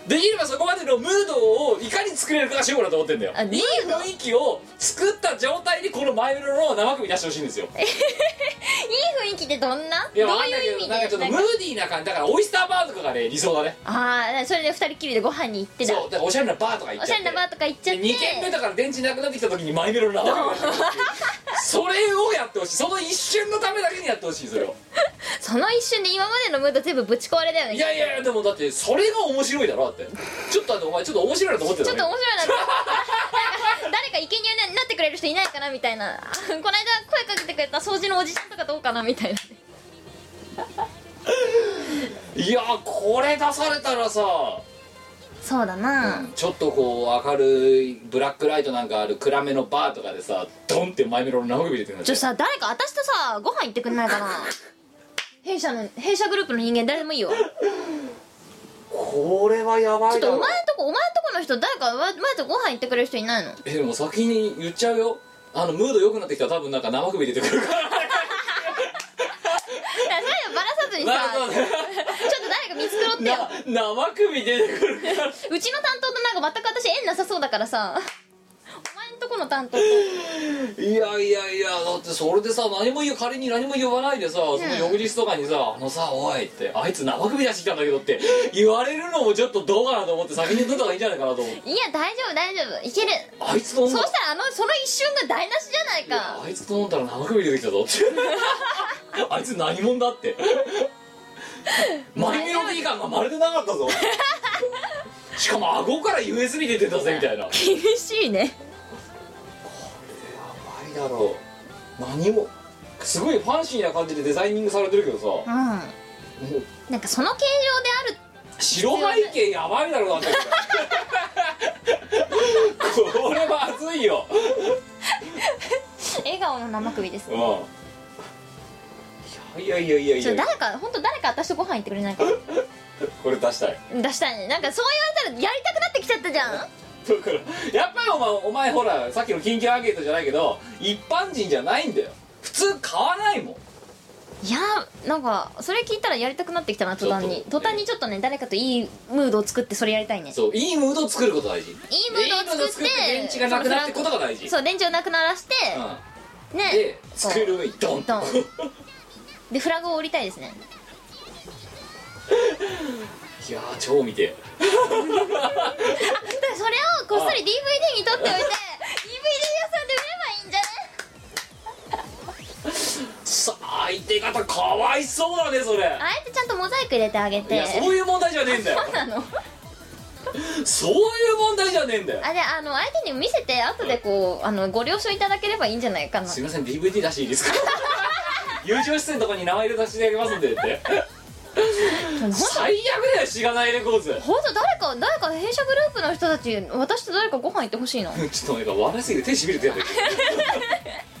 Speaker 4: できればそこまでのムードをいかに作れるかが勝負だと思ってんだよ
Speaker 5: あムード
Speaker 4: いい雰囲気を作った状態でこの前目の生首出してほしいんですよ
Speaker 5: いい雰囲気ってどんないど
Speaker 4: や
Speaker 5: う
Speaker 4: わかんない
Speaker 5: いう意
Speaker 4: けど
Speaker 5: 味
Speaker 4: なんかちょ
Speaker 5: で
Speaker 4: っとムーディーな感じだからオイスターバーとかがね理想だね
Speaker 5: ああそれで二人きりでご飯に行ってだ
Speaker 4: そうだからおしゃれなバーとか行っ
Speaker 5: お
Speaker 4: ち
Speaker 5: し
Speaker 4: ゃ
Speaker 5: ゃ
Speaker 4: って
Speaker 5: れなバーとか行っちゃって
Speaker 4: 2軒目だから電池なくなってきた時にマイメロなわけそれをやってほしいその一瞬のためだけにやってほしいそれを
Speaker 5: その一瞬で今までのムード全部ぶち壊れだよね
Speaker 4: いやいやいやでもだってそれが面白いだろだってちょっとあのお前ちょっと面白いなと思って
Speaker 5: ち
Speaker 4: た
Speaker 5: ょっ
Speaker 4: ね
Speaker 5: と面 白いななんか誰か生贄になってくれる人いないかなみたいなこの間声かけてくれた掃除のおじさんとかどうかなみたいない
Speaker 4: やこれ出されたらさ、
Speaker 5: そうだな、
Speaker 4: ちょっとこう明るいブラックライトなんかある暗めのバーとかでさドンってマイメロの生首出てるんだ
Speaker 5: ちょ
Speaker 4: よ
Speaker 5: さ誰か私とさご飯行ってくんないかな弊社の弊社グループの人間誰でもいいよち
Speaker 4: これはやば
Speaker 5: ょっ
Speaker 4: いだ
Speaker 5: と
Speaker 4: ろ
Speaker 5: お前んとこお前んとこの人誰かお前とご飯行ってくれる人いないの
Speaker 4: えでも先に言っちゃうよあのムード良くなってきたら多分なんか生首出てくるから
Speaker 5: にさ
Speaker 4: なるほどね
Speaker 5: ちょっと誰か見繕ってよ
Speaker 4: な生首出てくるから
Speaker 5: うちの担当となんか全く私縁なさそうだからさお前んとこの担当と
Speaker 4: いやいやいやだってそれでさ何も言う仮に何も言わないでさその翌日とかにさ「あのさおい」って「あいつ生首出してきたんだけど」って言われるのもちょっとどうかなと思って先に言っといた方がいいんじゃないかなと思って
Speaker 5: いや大丈夫大丈夫いける
Speaker 4: あいつと飲ん
Speaker 5: そ
Speaker 4: だ
Speaker 5: うしたらあのその一瞬が台無しじゃないか
Speaker 4: あいつと飲んだら生首出てきたぞって あいつ何者だってマイメロディー感がまるでなかった ぞしかも顎から USB 出てたぜみたいな
Speaker 5: 厳しいね
Speaker 4: やばいだろう何もすごいファンシーな感じでデザイニングされてるけどさも
Speaker 5: うん
Speaker 4: う
Speaker 5: なんかその形状である
Speaker 4: 白背景やばいだろうなってこれまずいよ、
Speaker 5: 笑顔の生首です
Speaker 4: うん、いやいやいやい
Speaker 5: ち
Speaker 4: や
Speaker 5: ょ
Speaker 4: い
Speaker 5: っと
Speaker 4: や
Speaker 5: 誰か本当誰か私とご飯行ってくれないかな
Speaker 4: これ出したい
Speaker 5: 出したいねなんかそう言われたらやりたくなってきちゃったじゃん
Speaker 4: だからやっぱりお前お前ほらさっきの緊急アンケートじゃないけど一般人じゃないんだよ普通買わないもん
Speaker 5: いやなんかそれ聞いたらやりたくなってきたな途端
Speaker 4: ちょ
Speaker 5: に
Speaker 4: っと
Speaker 5: 途端にちょっとね誰かといいムードを作ってそれやりたいねいい
Speaker 4: そういいムードを作ること大事いい
Speaker 5: ムードを作って
Speaker 4: 電池がなくなってことが大事
Speaker 5: そう電池をなくならして、
Speaker 4: うん
Speaker 5: ね
Speaker 4: で
Speaker 5: こう
Speaker 4: 机の上にドン
Speaker 5: ドンでフラグを折りたいですね
Speaker 4: いやー超見 て
Speaker 5: だからそれをこっそり DVD に撮っておい て DVD 屋さんで売ればいいんじゃ
Speaker 4: さあ相手方かわいそうだねそれ
Speaker 5: ないあえてちゃんとモザイク入れてあげ
Speaker 4: い
Speaker 5: て
Speaker 4: やそういう問題じゃねえ んだよ
Speaker 5: そうなの
Speaker 4: そういう問題じゃねえんだよ
Speaker 5: あであの相手に見せて後でこうあのご了承いただければいいんじゃないかな
Speaker 4: すいません DVD 出していいですか 友情出演のとこに名前入れさせてあげます んでって
Speaker 5: 本
Speaker 4: 最悪だよしがないレコーズ
Speaker 5: 当本当誰か誰か弊社グループの人たち私と誰かご飯行ってほしいな 本
Speaker 4: ちょっとなんか笑いすぎて手しびれてやる
Speaker 5: 当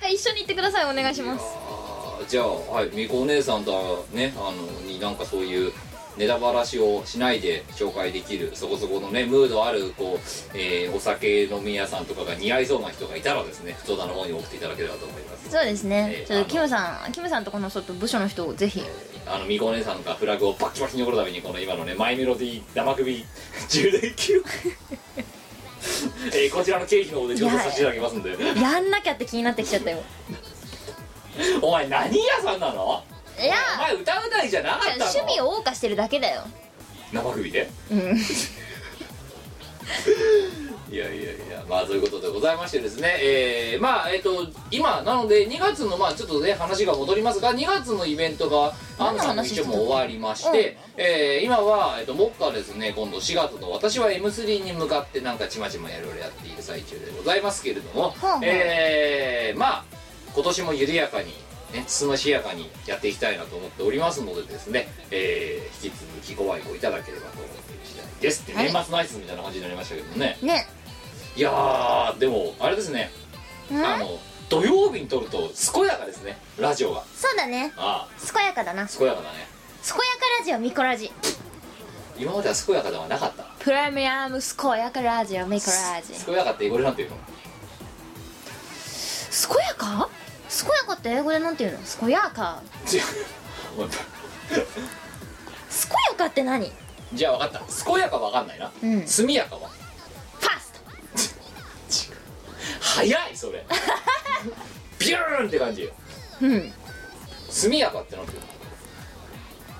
Speaker 5: 誰か一緒に行ってくださいお願いします
Speaker 4: あーじゃあはいみこお姉さんとはねあのになんかそういうネタばらしをしないで紹介できるそこそこのねムードあるこう、えーお酒飲み屋さんとかが似合いそうな人がいたらですね太田の方に送っていただければと思います
Speaker 5: そうです
Speaker 4: え
Speaker 5: ね
Speaker 4: ー
Speaker 5: ちょっとキムさんキムさんとこのちょっと部署の人をぜひ
Speaker 4: あのみこお姉さんがフラグをバッキバキに折るためにこの今のねマイメロディー生首充電器を、えーこちらの経費の方で調査させていただきますんで
Speaker 5: やんなきゃって気になってきちゃったよ
Speaker 4: お前何屋さんなの
Speaker 5: いや
Speaker 4: お前歌うないじゃなかったの
Speaker 5: 趣味を謳歌してるだけだよ
Speaker 4: 生首で
Speaker 5: うん
Speaker 4: いやいやいやまあそういうことでございましてですねえー、まあえっ、と今なので2月のまあちょっとね話が戻りますが2月のイベントがアンナさんの一応もう終わりまして、えー今は、えっともっかですね今度4月の私は M3 に向かってなんかちまちまやろいろやっている最中でございますけれども、
Speaker 5: あはあ
Speaker 4: えーまあ今年も緩やかにねつましやかにやっていきたいなと思っておりますのでですね、えー引き続きご愛顧いただければと思っている次第ですって、
Speaker 5: は
Speaker 4: 年
Speaker 5: い
Speaker 4: 末の挨拶みたいな感じになりましたけどもね
Speaker 5: ね
Speaker 4: いやーでもあれですね
Speaker 5: うん
Speaker 4: あの土曜日に撮ると健やかですねラジオが
Speaker 5: そうだね
Speaker 4: あ
Speaker 5: 健やかだな
Speaker 4: あ健やかだね
Speaker 5: 健やかラジオミコラジ
Speaker 4: 今までは健やかではなかった
Speaker 5: プレミアム健やかラジオミコラジ
Speaker 4: 健やかって英語でなんていうの
Speaker 5: 健やか健やかって英語でなんて言うの健やか
Speaker 4: 違うお前
Speaker 5: 健やかって何
Speaker 4: じゃあ分かった健やか分かんないな、
Speaker 5: うん
Speaker 4: 速やかは
Speaker 5: ファスト
Speaker 4: 早い それビューンって感じよ
Speaker 5: うんえ
Speaker 4: 速やかってなんていうの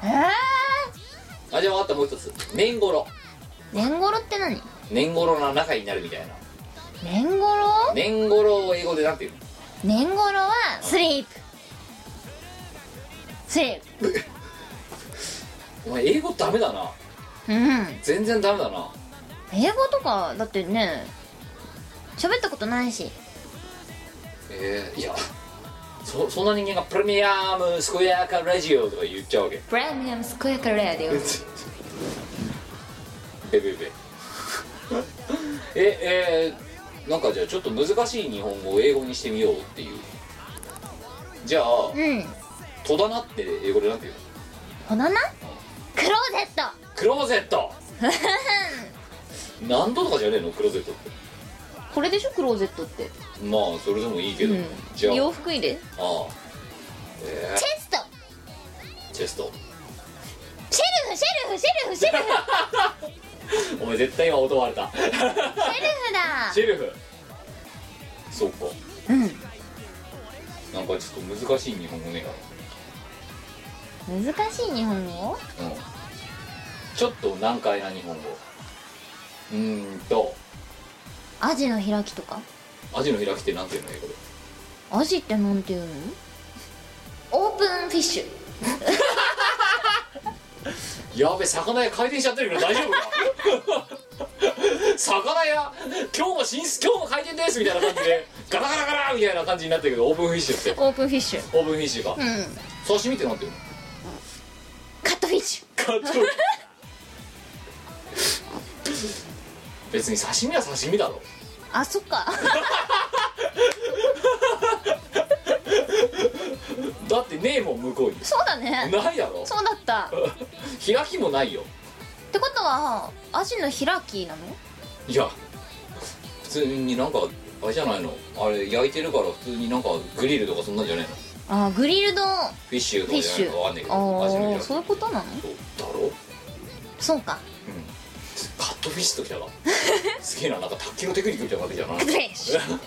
Speaker 5: え
Speaker 4: あじゃあ分かったもう一つ年頃
Speaker 5: 年頃って何
Speaker 4: 年頃の仲になるみたいな
Speaker 5: 年頃
Speaker 4: 年頃を英語でなんていうの
Speaker 5: 年頃はスリープスリー
Speaker 4: お前英語ダメだな
Speaker 5: プうん
Speaker 4: 全然ダメだな
Speaker 5: 英語とかだってね喋ったことないし
Speaker 4: えー、いやそそんな人間がプレミアムスクエアカラジオとか言っちゃうわけ
Speaker 5: プレミアム健やかラジオ
Speaker 4: えべべええー、なんかじゃあちょっと難しい日本語を英語にしてみようっていうじゃあ
Speaker 5: うん
Speaker 4: 「戸棚」って英語でなんて言うの
Speaker 5: ほななクローゼット
Speaker 4: クローゼッ ト何度とかじゃねえのクローゼットって
Speaker 5: これでしょクローゼットって
Speaker 4: まあそれでもいいけど、
Speaker 5: うん
Speaker 4: じゃあ
Speaker 5: 洋服入れ
Speaker 4: ああえ
Speaker 5: チェスト
Speaker 4: スト
Speaker 5: シェルフシェルフシェルフシェルフ
Speaker 4: お前絶対今音割れ た
Speaker 5: シェルフだ
Speaker 4: シェルフそうか
Speaker 5: う
Speaker 4: なんかちょっと難しい日本語ね
Speaker 5: ん難しい日本語
Speaker 4: えなうんちょっと難解な日本語うーんと
Speaker 5: アジの開きとか
Speaker 4: アジの開きってなんていうの英語で
Speaker 5: アジってなんていうのオープンフィッシュ
Speaker 4: やべ魚屋回転しちゃってるけど大丈夫か 魚屋今日も新す今日も回転ですみたいな感じでガラガラガラみたいな感じになってるけどオープンフィッシュって
Speaker 5: オープンフィッシュ
Speaker 4: オープンフィッシュか
Speaker 5: うん
Speaker 4: 刺身ってなんていうの
Speaker 5: カットフィッシュ
Speaker 4: かっこいい 別に刺身は刺身だろ
Speaker 5: あそっ か
Speaker 4: だってねえもん向こうに
Speaker 5: そうだね
Speaker 4: ないだろ
Speaker 5: そうだったっ
Speaker 4: 開きもないよ
Speaker 5: てことはアジの開きなの
Speaker 4: いや普通になんかあれじゃないのあれ焼いてるから普通になんかグリルとかそんなんじゃねえの
Speaker 5: あーグリルドあ
Speaker 4: フィッシュとかじゃないのかわかんないけど味の
Speaker 5: あ
Speaker 4: 開き
Speaker 5: そういうことなの
Speaker 4: そうだろうん
Speaker 5: そう か
Speaker 4: カットフィッシュときたらすげえななんか卓球のテクニックみたいなわけじゃない
Speaker 5: カットフィッシュ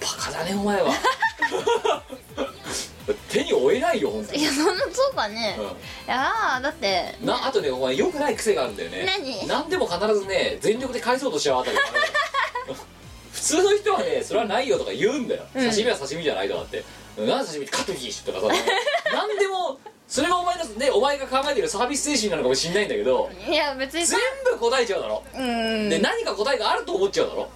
Speaker 4: バカだねお前は手に負えないよ本当
Speaker 5: い
Speaker 4: に、
Speaker 5: やそんなそうかねいやーだって
Speaker 4: うん、なあとねお前よくない癖があるんだよね
Speaker 5: 何
Speaker 4: 何でも必ずね全力で返そうとしちゃうあたりがある普通の人はねそれはないよとか言うんだよ、
Speaker 5: うん
Speaker 4: 刺身は刺身じゃないとかって何刺身ってカットフィッシュとかさ何でもそれがお前のねお前が考えてるサービス精神なのかもしんないんだけど
Speaker 5: いや別にそ
Speaker 4: 全部答えちゃうだろ、
Speaker 5: うーん
Speaker 4: で何か答えがあると思っちゃうだろ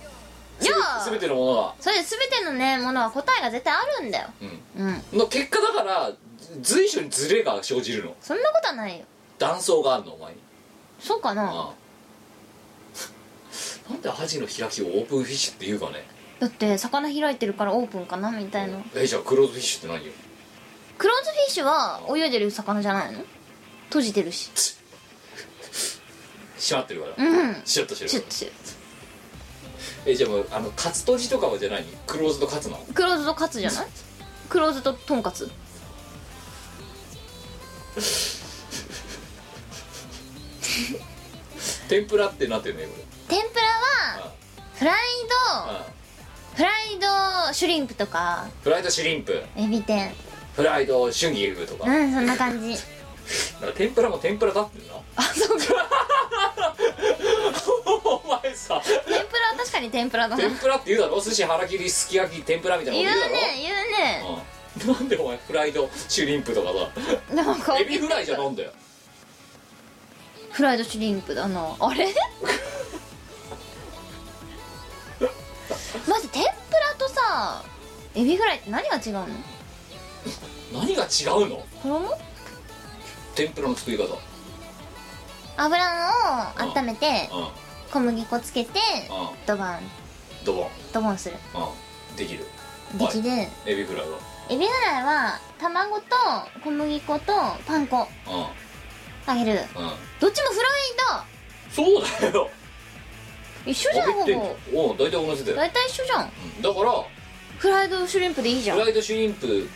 Speaker 5: じゃあ
Speaker 4: すべてのものが、
Speaker 5: それで全てのねものは答えが絶対あるんだよ
Speaker 4: う
Speaker 5: うん
Speaker 4: ん、の結果だからず随所にズレが生じるの
Speaker 5: そんなことはないよ
Speaker 4: 断層があるのお前に、
Speaker 5: そうかな
Speaker 4: あ あなんでアジの開きをオープンフィッシュって言うかね
Speaker 5: だって魚開いてるからオープンかなみたいな
Speaker 4: えじゃあクローズフィッシュって何よ
Speaker 5: クローズフィッシュは泳いでる魚じゃないの閉じてるし
Speaker 4: 閉まってるから、
Speaker 5: うん
Speaker 4: シュッとして
Speaker 5: シュ
Speaker 4: る
Speaker 5: ッ
Speaker 4: か
Speaker 5: シュ
Speaker 4: らえじゃあもうあのカツとじとかはじゃないクローズとカツなの
Speaker 5: クローズとカツじゃないクローズとトンカツ
Speaker 4: 天ぷらってなってるねこれ
Speaker 5: 天ぷらはフライド
Speaker 4: ああ
Speaker 5: フライドシュリンプとか
Speaker 4: フライドシュリンプ
Speaker 5: エビ天
Speaker 4: フライド春菊とか,、
Speaker 5: うんそんな感じ
Speaker 4: なんか天ぷらも天ぷらだってんな
Speaker 5: あそうか
Speaker 4: お前さ
Speaker 5: 天ぷらは確かに天ぷらだな言
Speaker 4: 天
Speaker 5: うね
Speaker 4: ぷらって言うだろ寿司腹切りすき焼き天ぷらみたいな
Speaker 5: 言
Speaker 4: こと言うだろ
Speaker 5: う
Speaker 4: うんなんでお前フライドシュリンプとかさ
Speaker 5: ねなんか
Speaker 4: エビフライじゃなんだよ
Speaker 5: フライドシュリンプだな あれまず天ぷらとさエビフライって何が違うの
Speaker 4: 何が違うの
Speaker 5: 衣
Speaker 4: 天ぷらの作り方うん
Speaker 5: 油を温めて
Speaker 4: うん
Speaker 5: 小麦粉つけてドバン
Speaker 4: ドボン
Speaker 5: ドボンする
Speaker 4: うんできる
Speaker 5: できるエ
Speaker 4: エビフライは
Speaker 5: ビフライは卵と小麦粉とパン粉あげる
Speaker 4: うんうん
Speaker 5: どっちもフライだ
Speaker 4: そうだよ
Speaker 5: 一緒じゃん
Speaker 4: あ
Speaker 5: ほ
Speaker 4: びってんじゃん
Speaker 5: ぼ
Speaker 4: うん大体同じだよ
Speaker 5: 大体一緒じゃん
Speaker 4: うんだから
Speaker 5: フライドシュリンプでいいじゃん
Speaker 4: フライドシュリンプ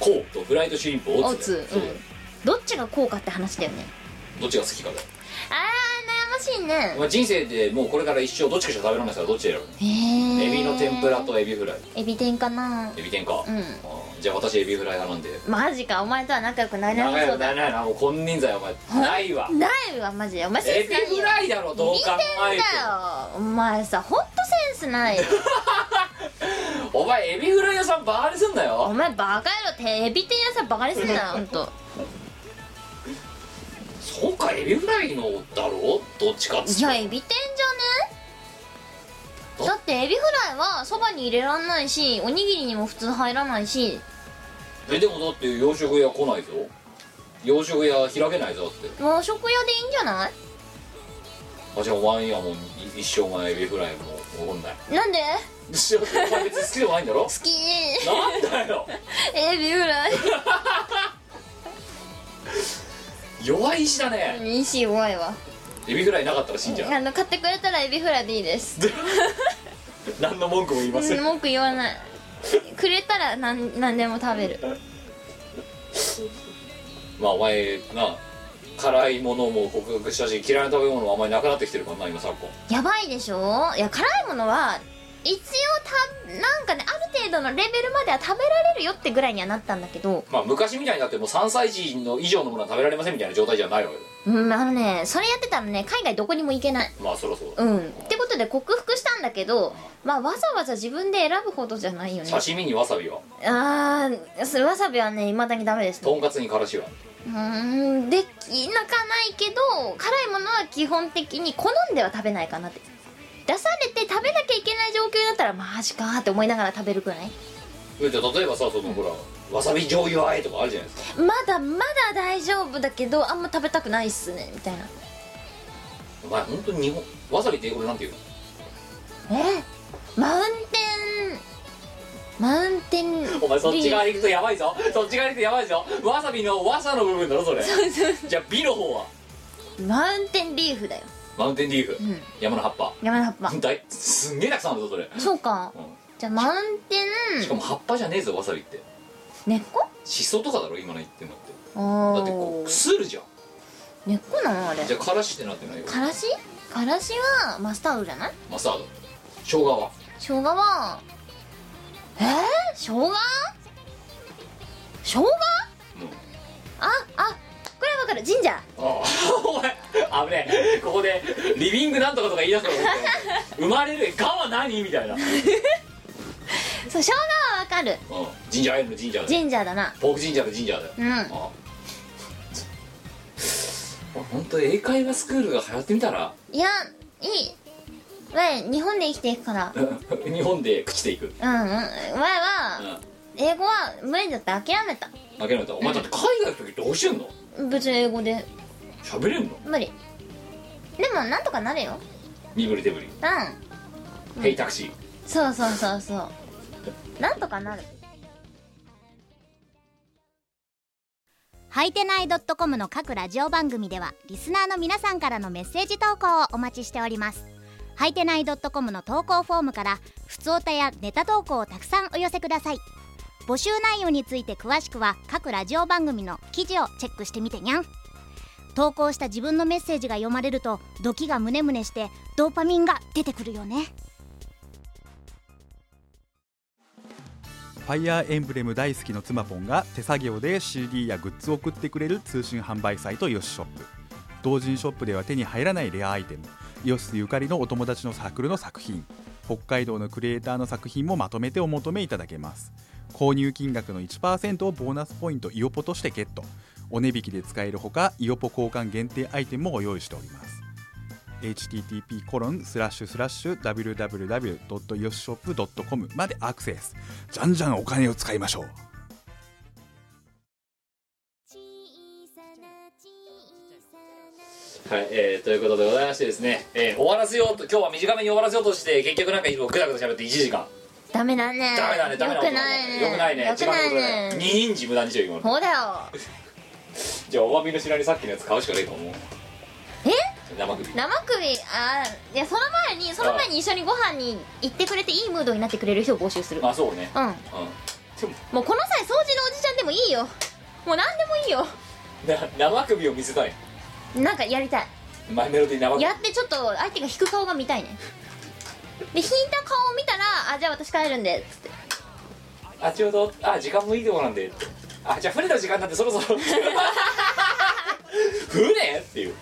Speaker 4: コーとフライドシュリンプオ
Speaker 5: オ
Speaker 4: ー
Speaker 5: ー
Speaker 4: ツだよ、
Speaker 5: ツう
Speaker 4: そうだよ
Speaker 5: ん、どっちがこうかって話だよね
Speaker 4: どっちが好きかだよ
Speaker 5: あー悩ましい
Speaker 4: お
Speaker 5: ね
Speaker 4: 前人生でもうこれから一生どっちかしか食べられないからどっち選ぶ
Speaker 5: へ
Speaker 4: エ
Speaker 5: え
Speaker 4: ビの天ぷらとエビフライ
Speaker 5: エビ天かな
Speaker 4: エビ天か、
Speaker 5: うん
Speaker 4: うんじゃあ私エビフライ派なんで
Speaker 5: マジかお前とは仲良くなれな
Speaker 4: 長い
Speaker 5: さそ
Speaker 4: よ
Speaker 5: うだ
Speaker 4: ないないなもう金輪際お前ないわ
Speaker 5: ないわマジでお前セン
Speaker 4: エ
Speaker 5: ス
Speaker 4: ビ
Speaker 5: ないよ
Speaker 4: フライだろどう考
Speaker 5: だ
Speaker 4: えて
Speaker 5: よお前さほんとセンスないよ
Speaker 4: もお前エビフライ屋さんバカにすんな
Speaker 5: お
Speaker 4: よ
Speaker 5: 前バカ野郎てエビ天屋さんバカにすんなよほんと
Speaker 4: そうかエビフライのだろどっちかっつっ
Speaker 5: い
Speaker 4: て
Speaker 5: やエビ天じゃねだってエビフライはそばに入れらんないしおにぎりにも普通入らないし
Speaker 4: えでもだって洋食屋来ないぞ洋食屋開けないぞだって
Speaker 5: 和食屋でいいんじゃない
Speaker 4: あじゃあお前にはもうい一生お前エビフライも怒んない
Speaker 5: なんで
Speaker 4: 一生お前別に好きでもないんだろ
Speaker 5: 好きエ
Speaker 4: なんだよ
Speaker 5: ビフライ
Speaker 4: 弱い石だね
Speaker 5: いいし弱いわ
Speaker 4: エビフライなかったら死んじゃう
Speaker 5: あの買ってくれたらエビフライでいいです
Speaker 4: 何の文句も言いません
Speaker 5: 文句言わないくれたらなん何でも食べる
Speaker 4: まあお前な辛いものも克服したし嫌いな食べ物もあんまりなくなってきてるからな今昨今
Speaker 5: やばいでしょいや辛いものは一応たなんかねある程度のレベルまでは食べられるよってぐらいにはなったんだけど
Speaker 4: まあ昔みたいになってもう3歳児の以上のものは食べられませんみたいな状態じゃないわよ
Speaker 5: うんあのねそれやってたらね海外どこにも行けない
Speaker 4: まあそろそろ、
Speaker 5: うんってことで克服したんだけどまあわざわざ自分で選ぶほどじゃないよね
Speaker 4: 刺身にわさびは
Speaker 5: あーそれわさびはねいまだにダメです
Speaker 4: と
Speaker 5: ね
Speaker 4: んかつにからしは
Speaker 5: うーんできなかないけど辛いものは基本的に好んでは食べないかなって出されて食べなきゃいけない状況だったらマジかーって思いながら食べるくらい
Speaker 4: えじゃあ例えばさそのほらわさび醤油和えとかあるじゃないですか
Speaker 5: まだまだ大丈夫だけどあんま食べたくないっすねみたいな
Speaker 4: お前本当に日本わさびってこれなんていうの
Speaker 5: えマウンテンマウンテンリー
Speaker 4: お前そっち側に行くとやばいぞそっち側に行くとやばいぞわさびのわさの部分だろそれじゃあ美の方は
Speaker 5: マウンテンリーフだよ
Speaker 4: マウンテンリーフ、
Speaker 5: うん
Speaker 4: 山の葉っぱ
Speaker 5: 山の葉っぱ
Speaker 4: だいすんげえたくさんあるぞそれ、
Speaker 5: そうか
Speaker 4: う
Speaker 5: じゃあマウンテ
Speaker 4: ん、しか
Speaker 5: ン
Speaker 4: も葉っぱじゃねえぞわさびって
Speaker 5: 根っこ
Speaker 4: しそとかだろ今の言ってんのってだってこ
Speaker 5: お
Speaker 4: う
Speaker 5: ー
Speaker 4: くするじゃん
Speaker 5: 根っこなのあれ
Speaker 4: じゃあからしってなってないよ
Speaker 5: からしからしはマスタードじゃない
Speaker 4: マスタード生姜は
Speaker 5: 生姜はえー、生姜生姜
Speaker 4: うん
Speaker 5: ああこれはわかるジンジャー
Speaker 4: ああお前あぶねえここでリビングなんとかとか言い出すと思って生まれる「が」は何みたいな、うん、
Speaker 5: そう生姜はわかる
Speaker 4: ジンジャーエールのジンジャーだよ
Speaker 5: ジンジャーだな
Speaker 4: ポークジンジャーのジンジャーだよ、
Speaker 5: うん
Speaker 4: ああ本当英会話スクールが流行ってみたら
Speaker 5: いやいいわい日本で生きていくから
Speaker 4: 日本で朽ちていく、うん、
Speaker 5: うんうんわいは英語は無理だって諦めた
Speaker 4: 諦めたお前だって海外行く時どうしてんの
Speaker 5: 別に英語で
Speaker 4: 喋れんの
Speaker 5: 無理でもなんとかなるよ
Speaker 4: 身振り手振り
Speaker 5: う
Speaker 4: 「
Speaker 5: ん
Speaker 4: ヘイタクシー」
Speaker 5: そうそうそうそうなんとかなる
Speaker 2: はいてない .com の各ラジオ番組ではリスナーの皆さんからのメッセージ投稿をお待ちしておりますはいてない .com の投稿フォームから普通歌やネタ投稿をたくさんお寄せください募集内容について詳しくは各ラジオ番組の記事をチェックしてみてにゃん投稿した自分のメッセージが読まれるとドキがムネムネしてドーパミンが出てくるよね
Speaker 6: ファイアーエンブレム大好きの妻ポンが手作業で CD やグッズを送ってくれる通信販売サイトイオシショップ同人ショップでは手に入らないレアアイテムイオシスゆかりのお友達のサークルの作品北海道のクリエイターの作品もまとめてお求めいただけます購入金額の1%をボーナスポイントイオポとしてゲットお値引きで使えるほかイオポ交換限定アイテムもご用意しております http コロンスラッシュスラッシュ www.yoshop.com までアクセスじゃんじゃんお金を使いましょう
Speaker 4: はい、えー、ということでございましてですね、えー、終わらせようと今日は短めに終わらせようとして結局なんかいつもぐだぐだ喋って1時間
Speaker 5: ダメだね
Speaker 4: ダメだねダメだ
Speaker 5: よくないね
Speaker 4: よくないね
Speaker 5: よくない
Speaker 4: 時間のことだね
Speaker 5: ね
Speaker 4: 二人時無駄にしよう今の
Speaker 5: そうだよ
Speaker 4: じゃあお詫びの品にさっきのやつ買うしかねえと思う
Speaker 5: え
Speaker 4: 生首
Speaker 5: 生首あーいやその前にその前に一緒にご飯に行ってくれていいムードになってくれる人を募集する
Speaker 4: まあそうね
Speaker 5: うん
Speaker 4: うんでも
Speaker 5: もうこの際掃除のおじちゃんでもいいよもう何でもいいよ
Speaker 4: な生首を見せたい
Speaker 5: なんかやりたい
Speaker 4: マイメロディー生首
Speaker 5: やってちょっと相手が引く顔が見たいねで引いた顔を見たら「あじゃあ私帰るんで」つって
Speaker 4: あちょうどあ時間もいいとこなんであじゃあ船の時間なんでそろ そろ船っていう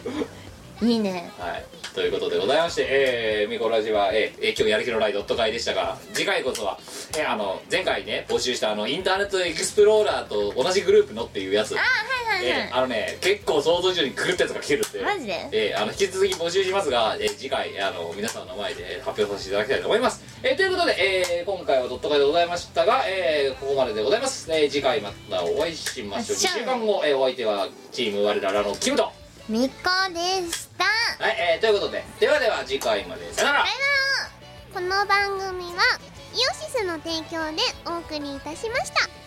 Speaker 5: いいね
Speaker 4: はい、ということでございまして、えー、ミコラジは、えーえー今日やる気のないドット会でしたが次回こそは、えーあの前回ね募集したあのインターネットエクスプローラーと同じグループのっていうやつあ,、
Speaker 5: はいはいはい
Speaker 4: えーあのね結構想像以上に狂ったやつが来てるって
Speaker 5: マジで
Speaker 4: えーあの引き続き募集しますが、えー次回あの皆さんの前でえー発表させていただきたいと思います、えーということで、えー今回はドット会でございましたが、えーここまででございます、えー次回またお会いしましょう2
Speaker 5: じゃあ
Speaker 4: 週間後、えーお相手はチーム我らのキムと
Speaker 5: みっこでした
Speaker 4: はい、えー、ということでではでは次回までさよなら
Speaker 1: この番組はイオシスの提供でお送りいたしました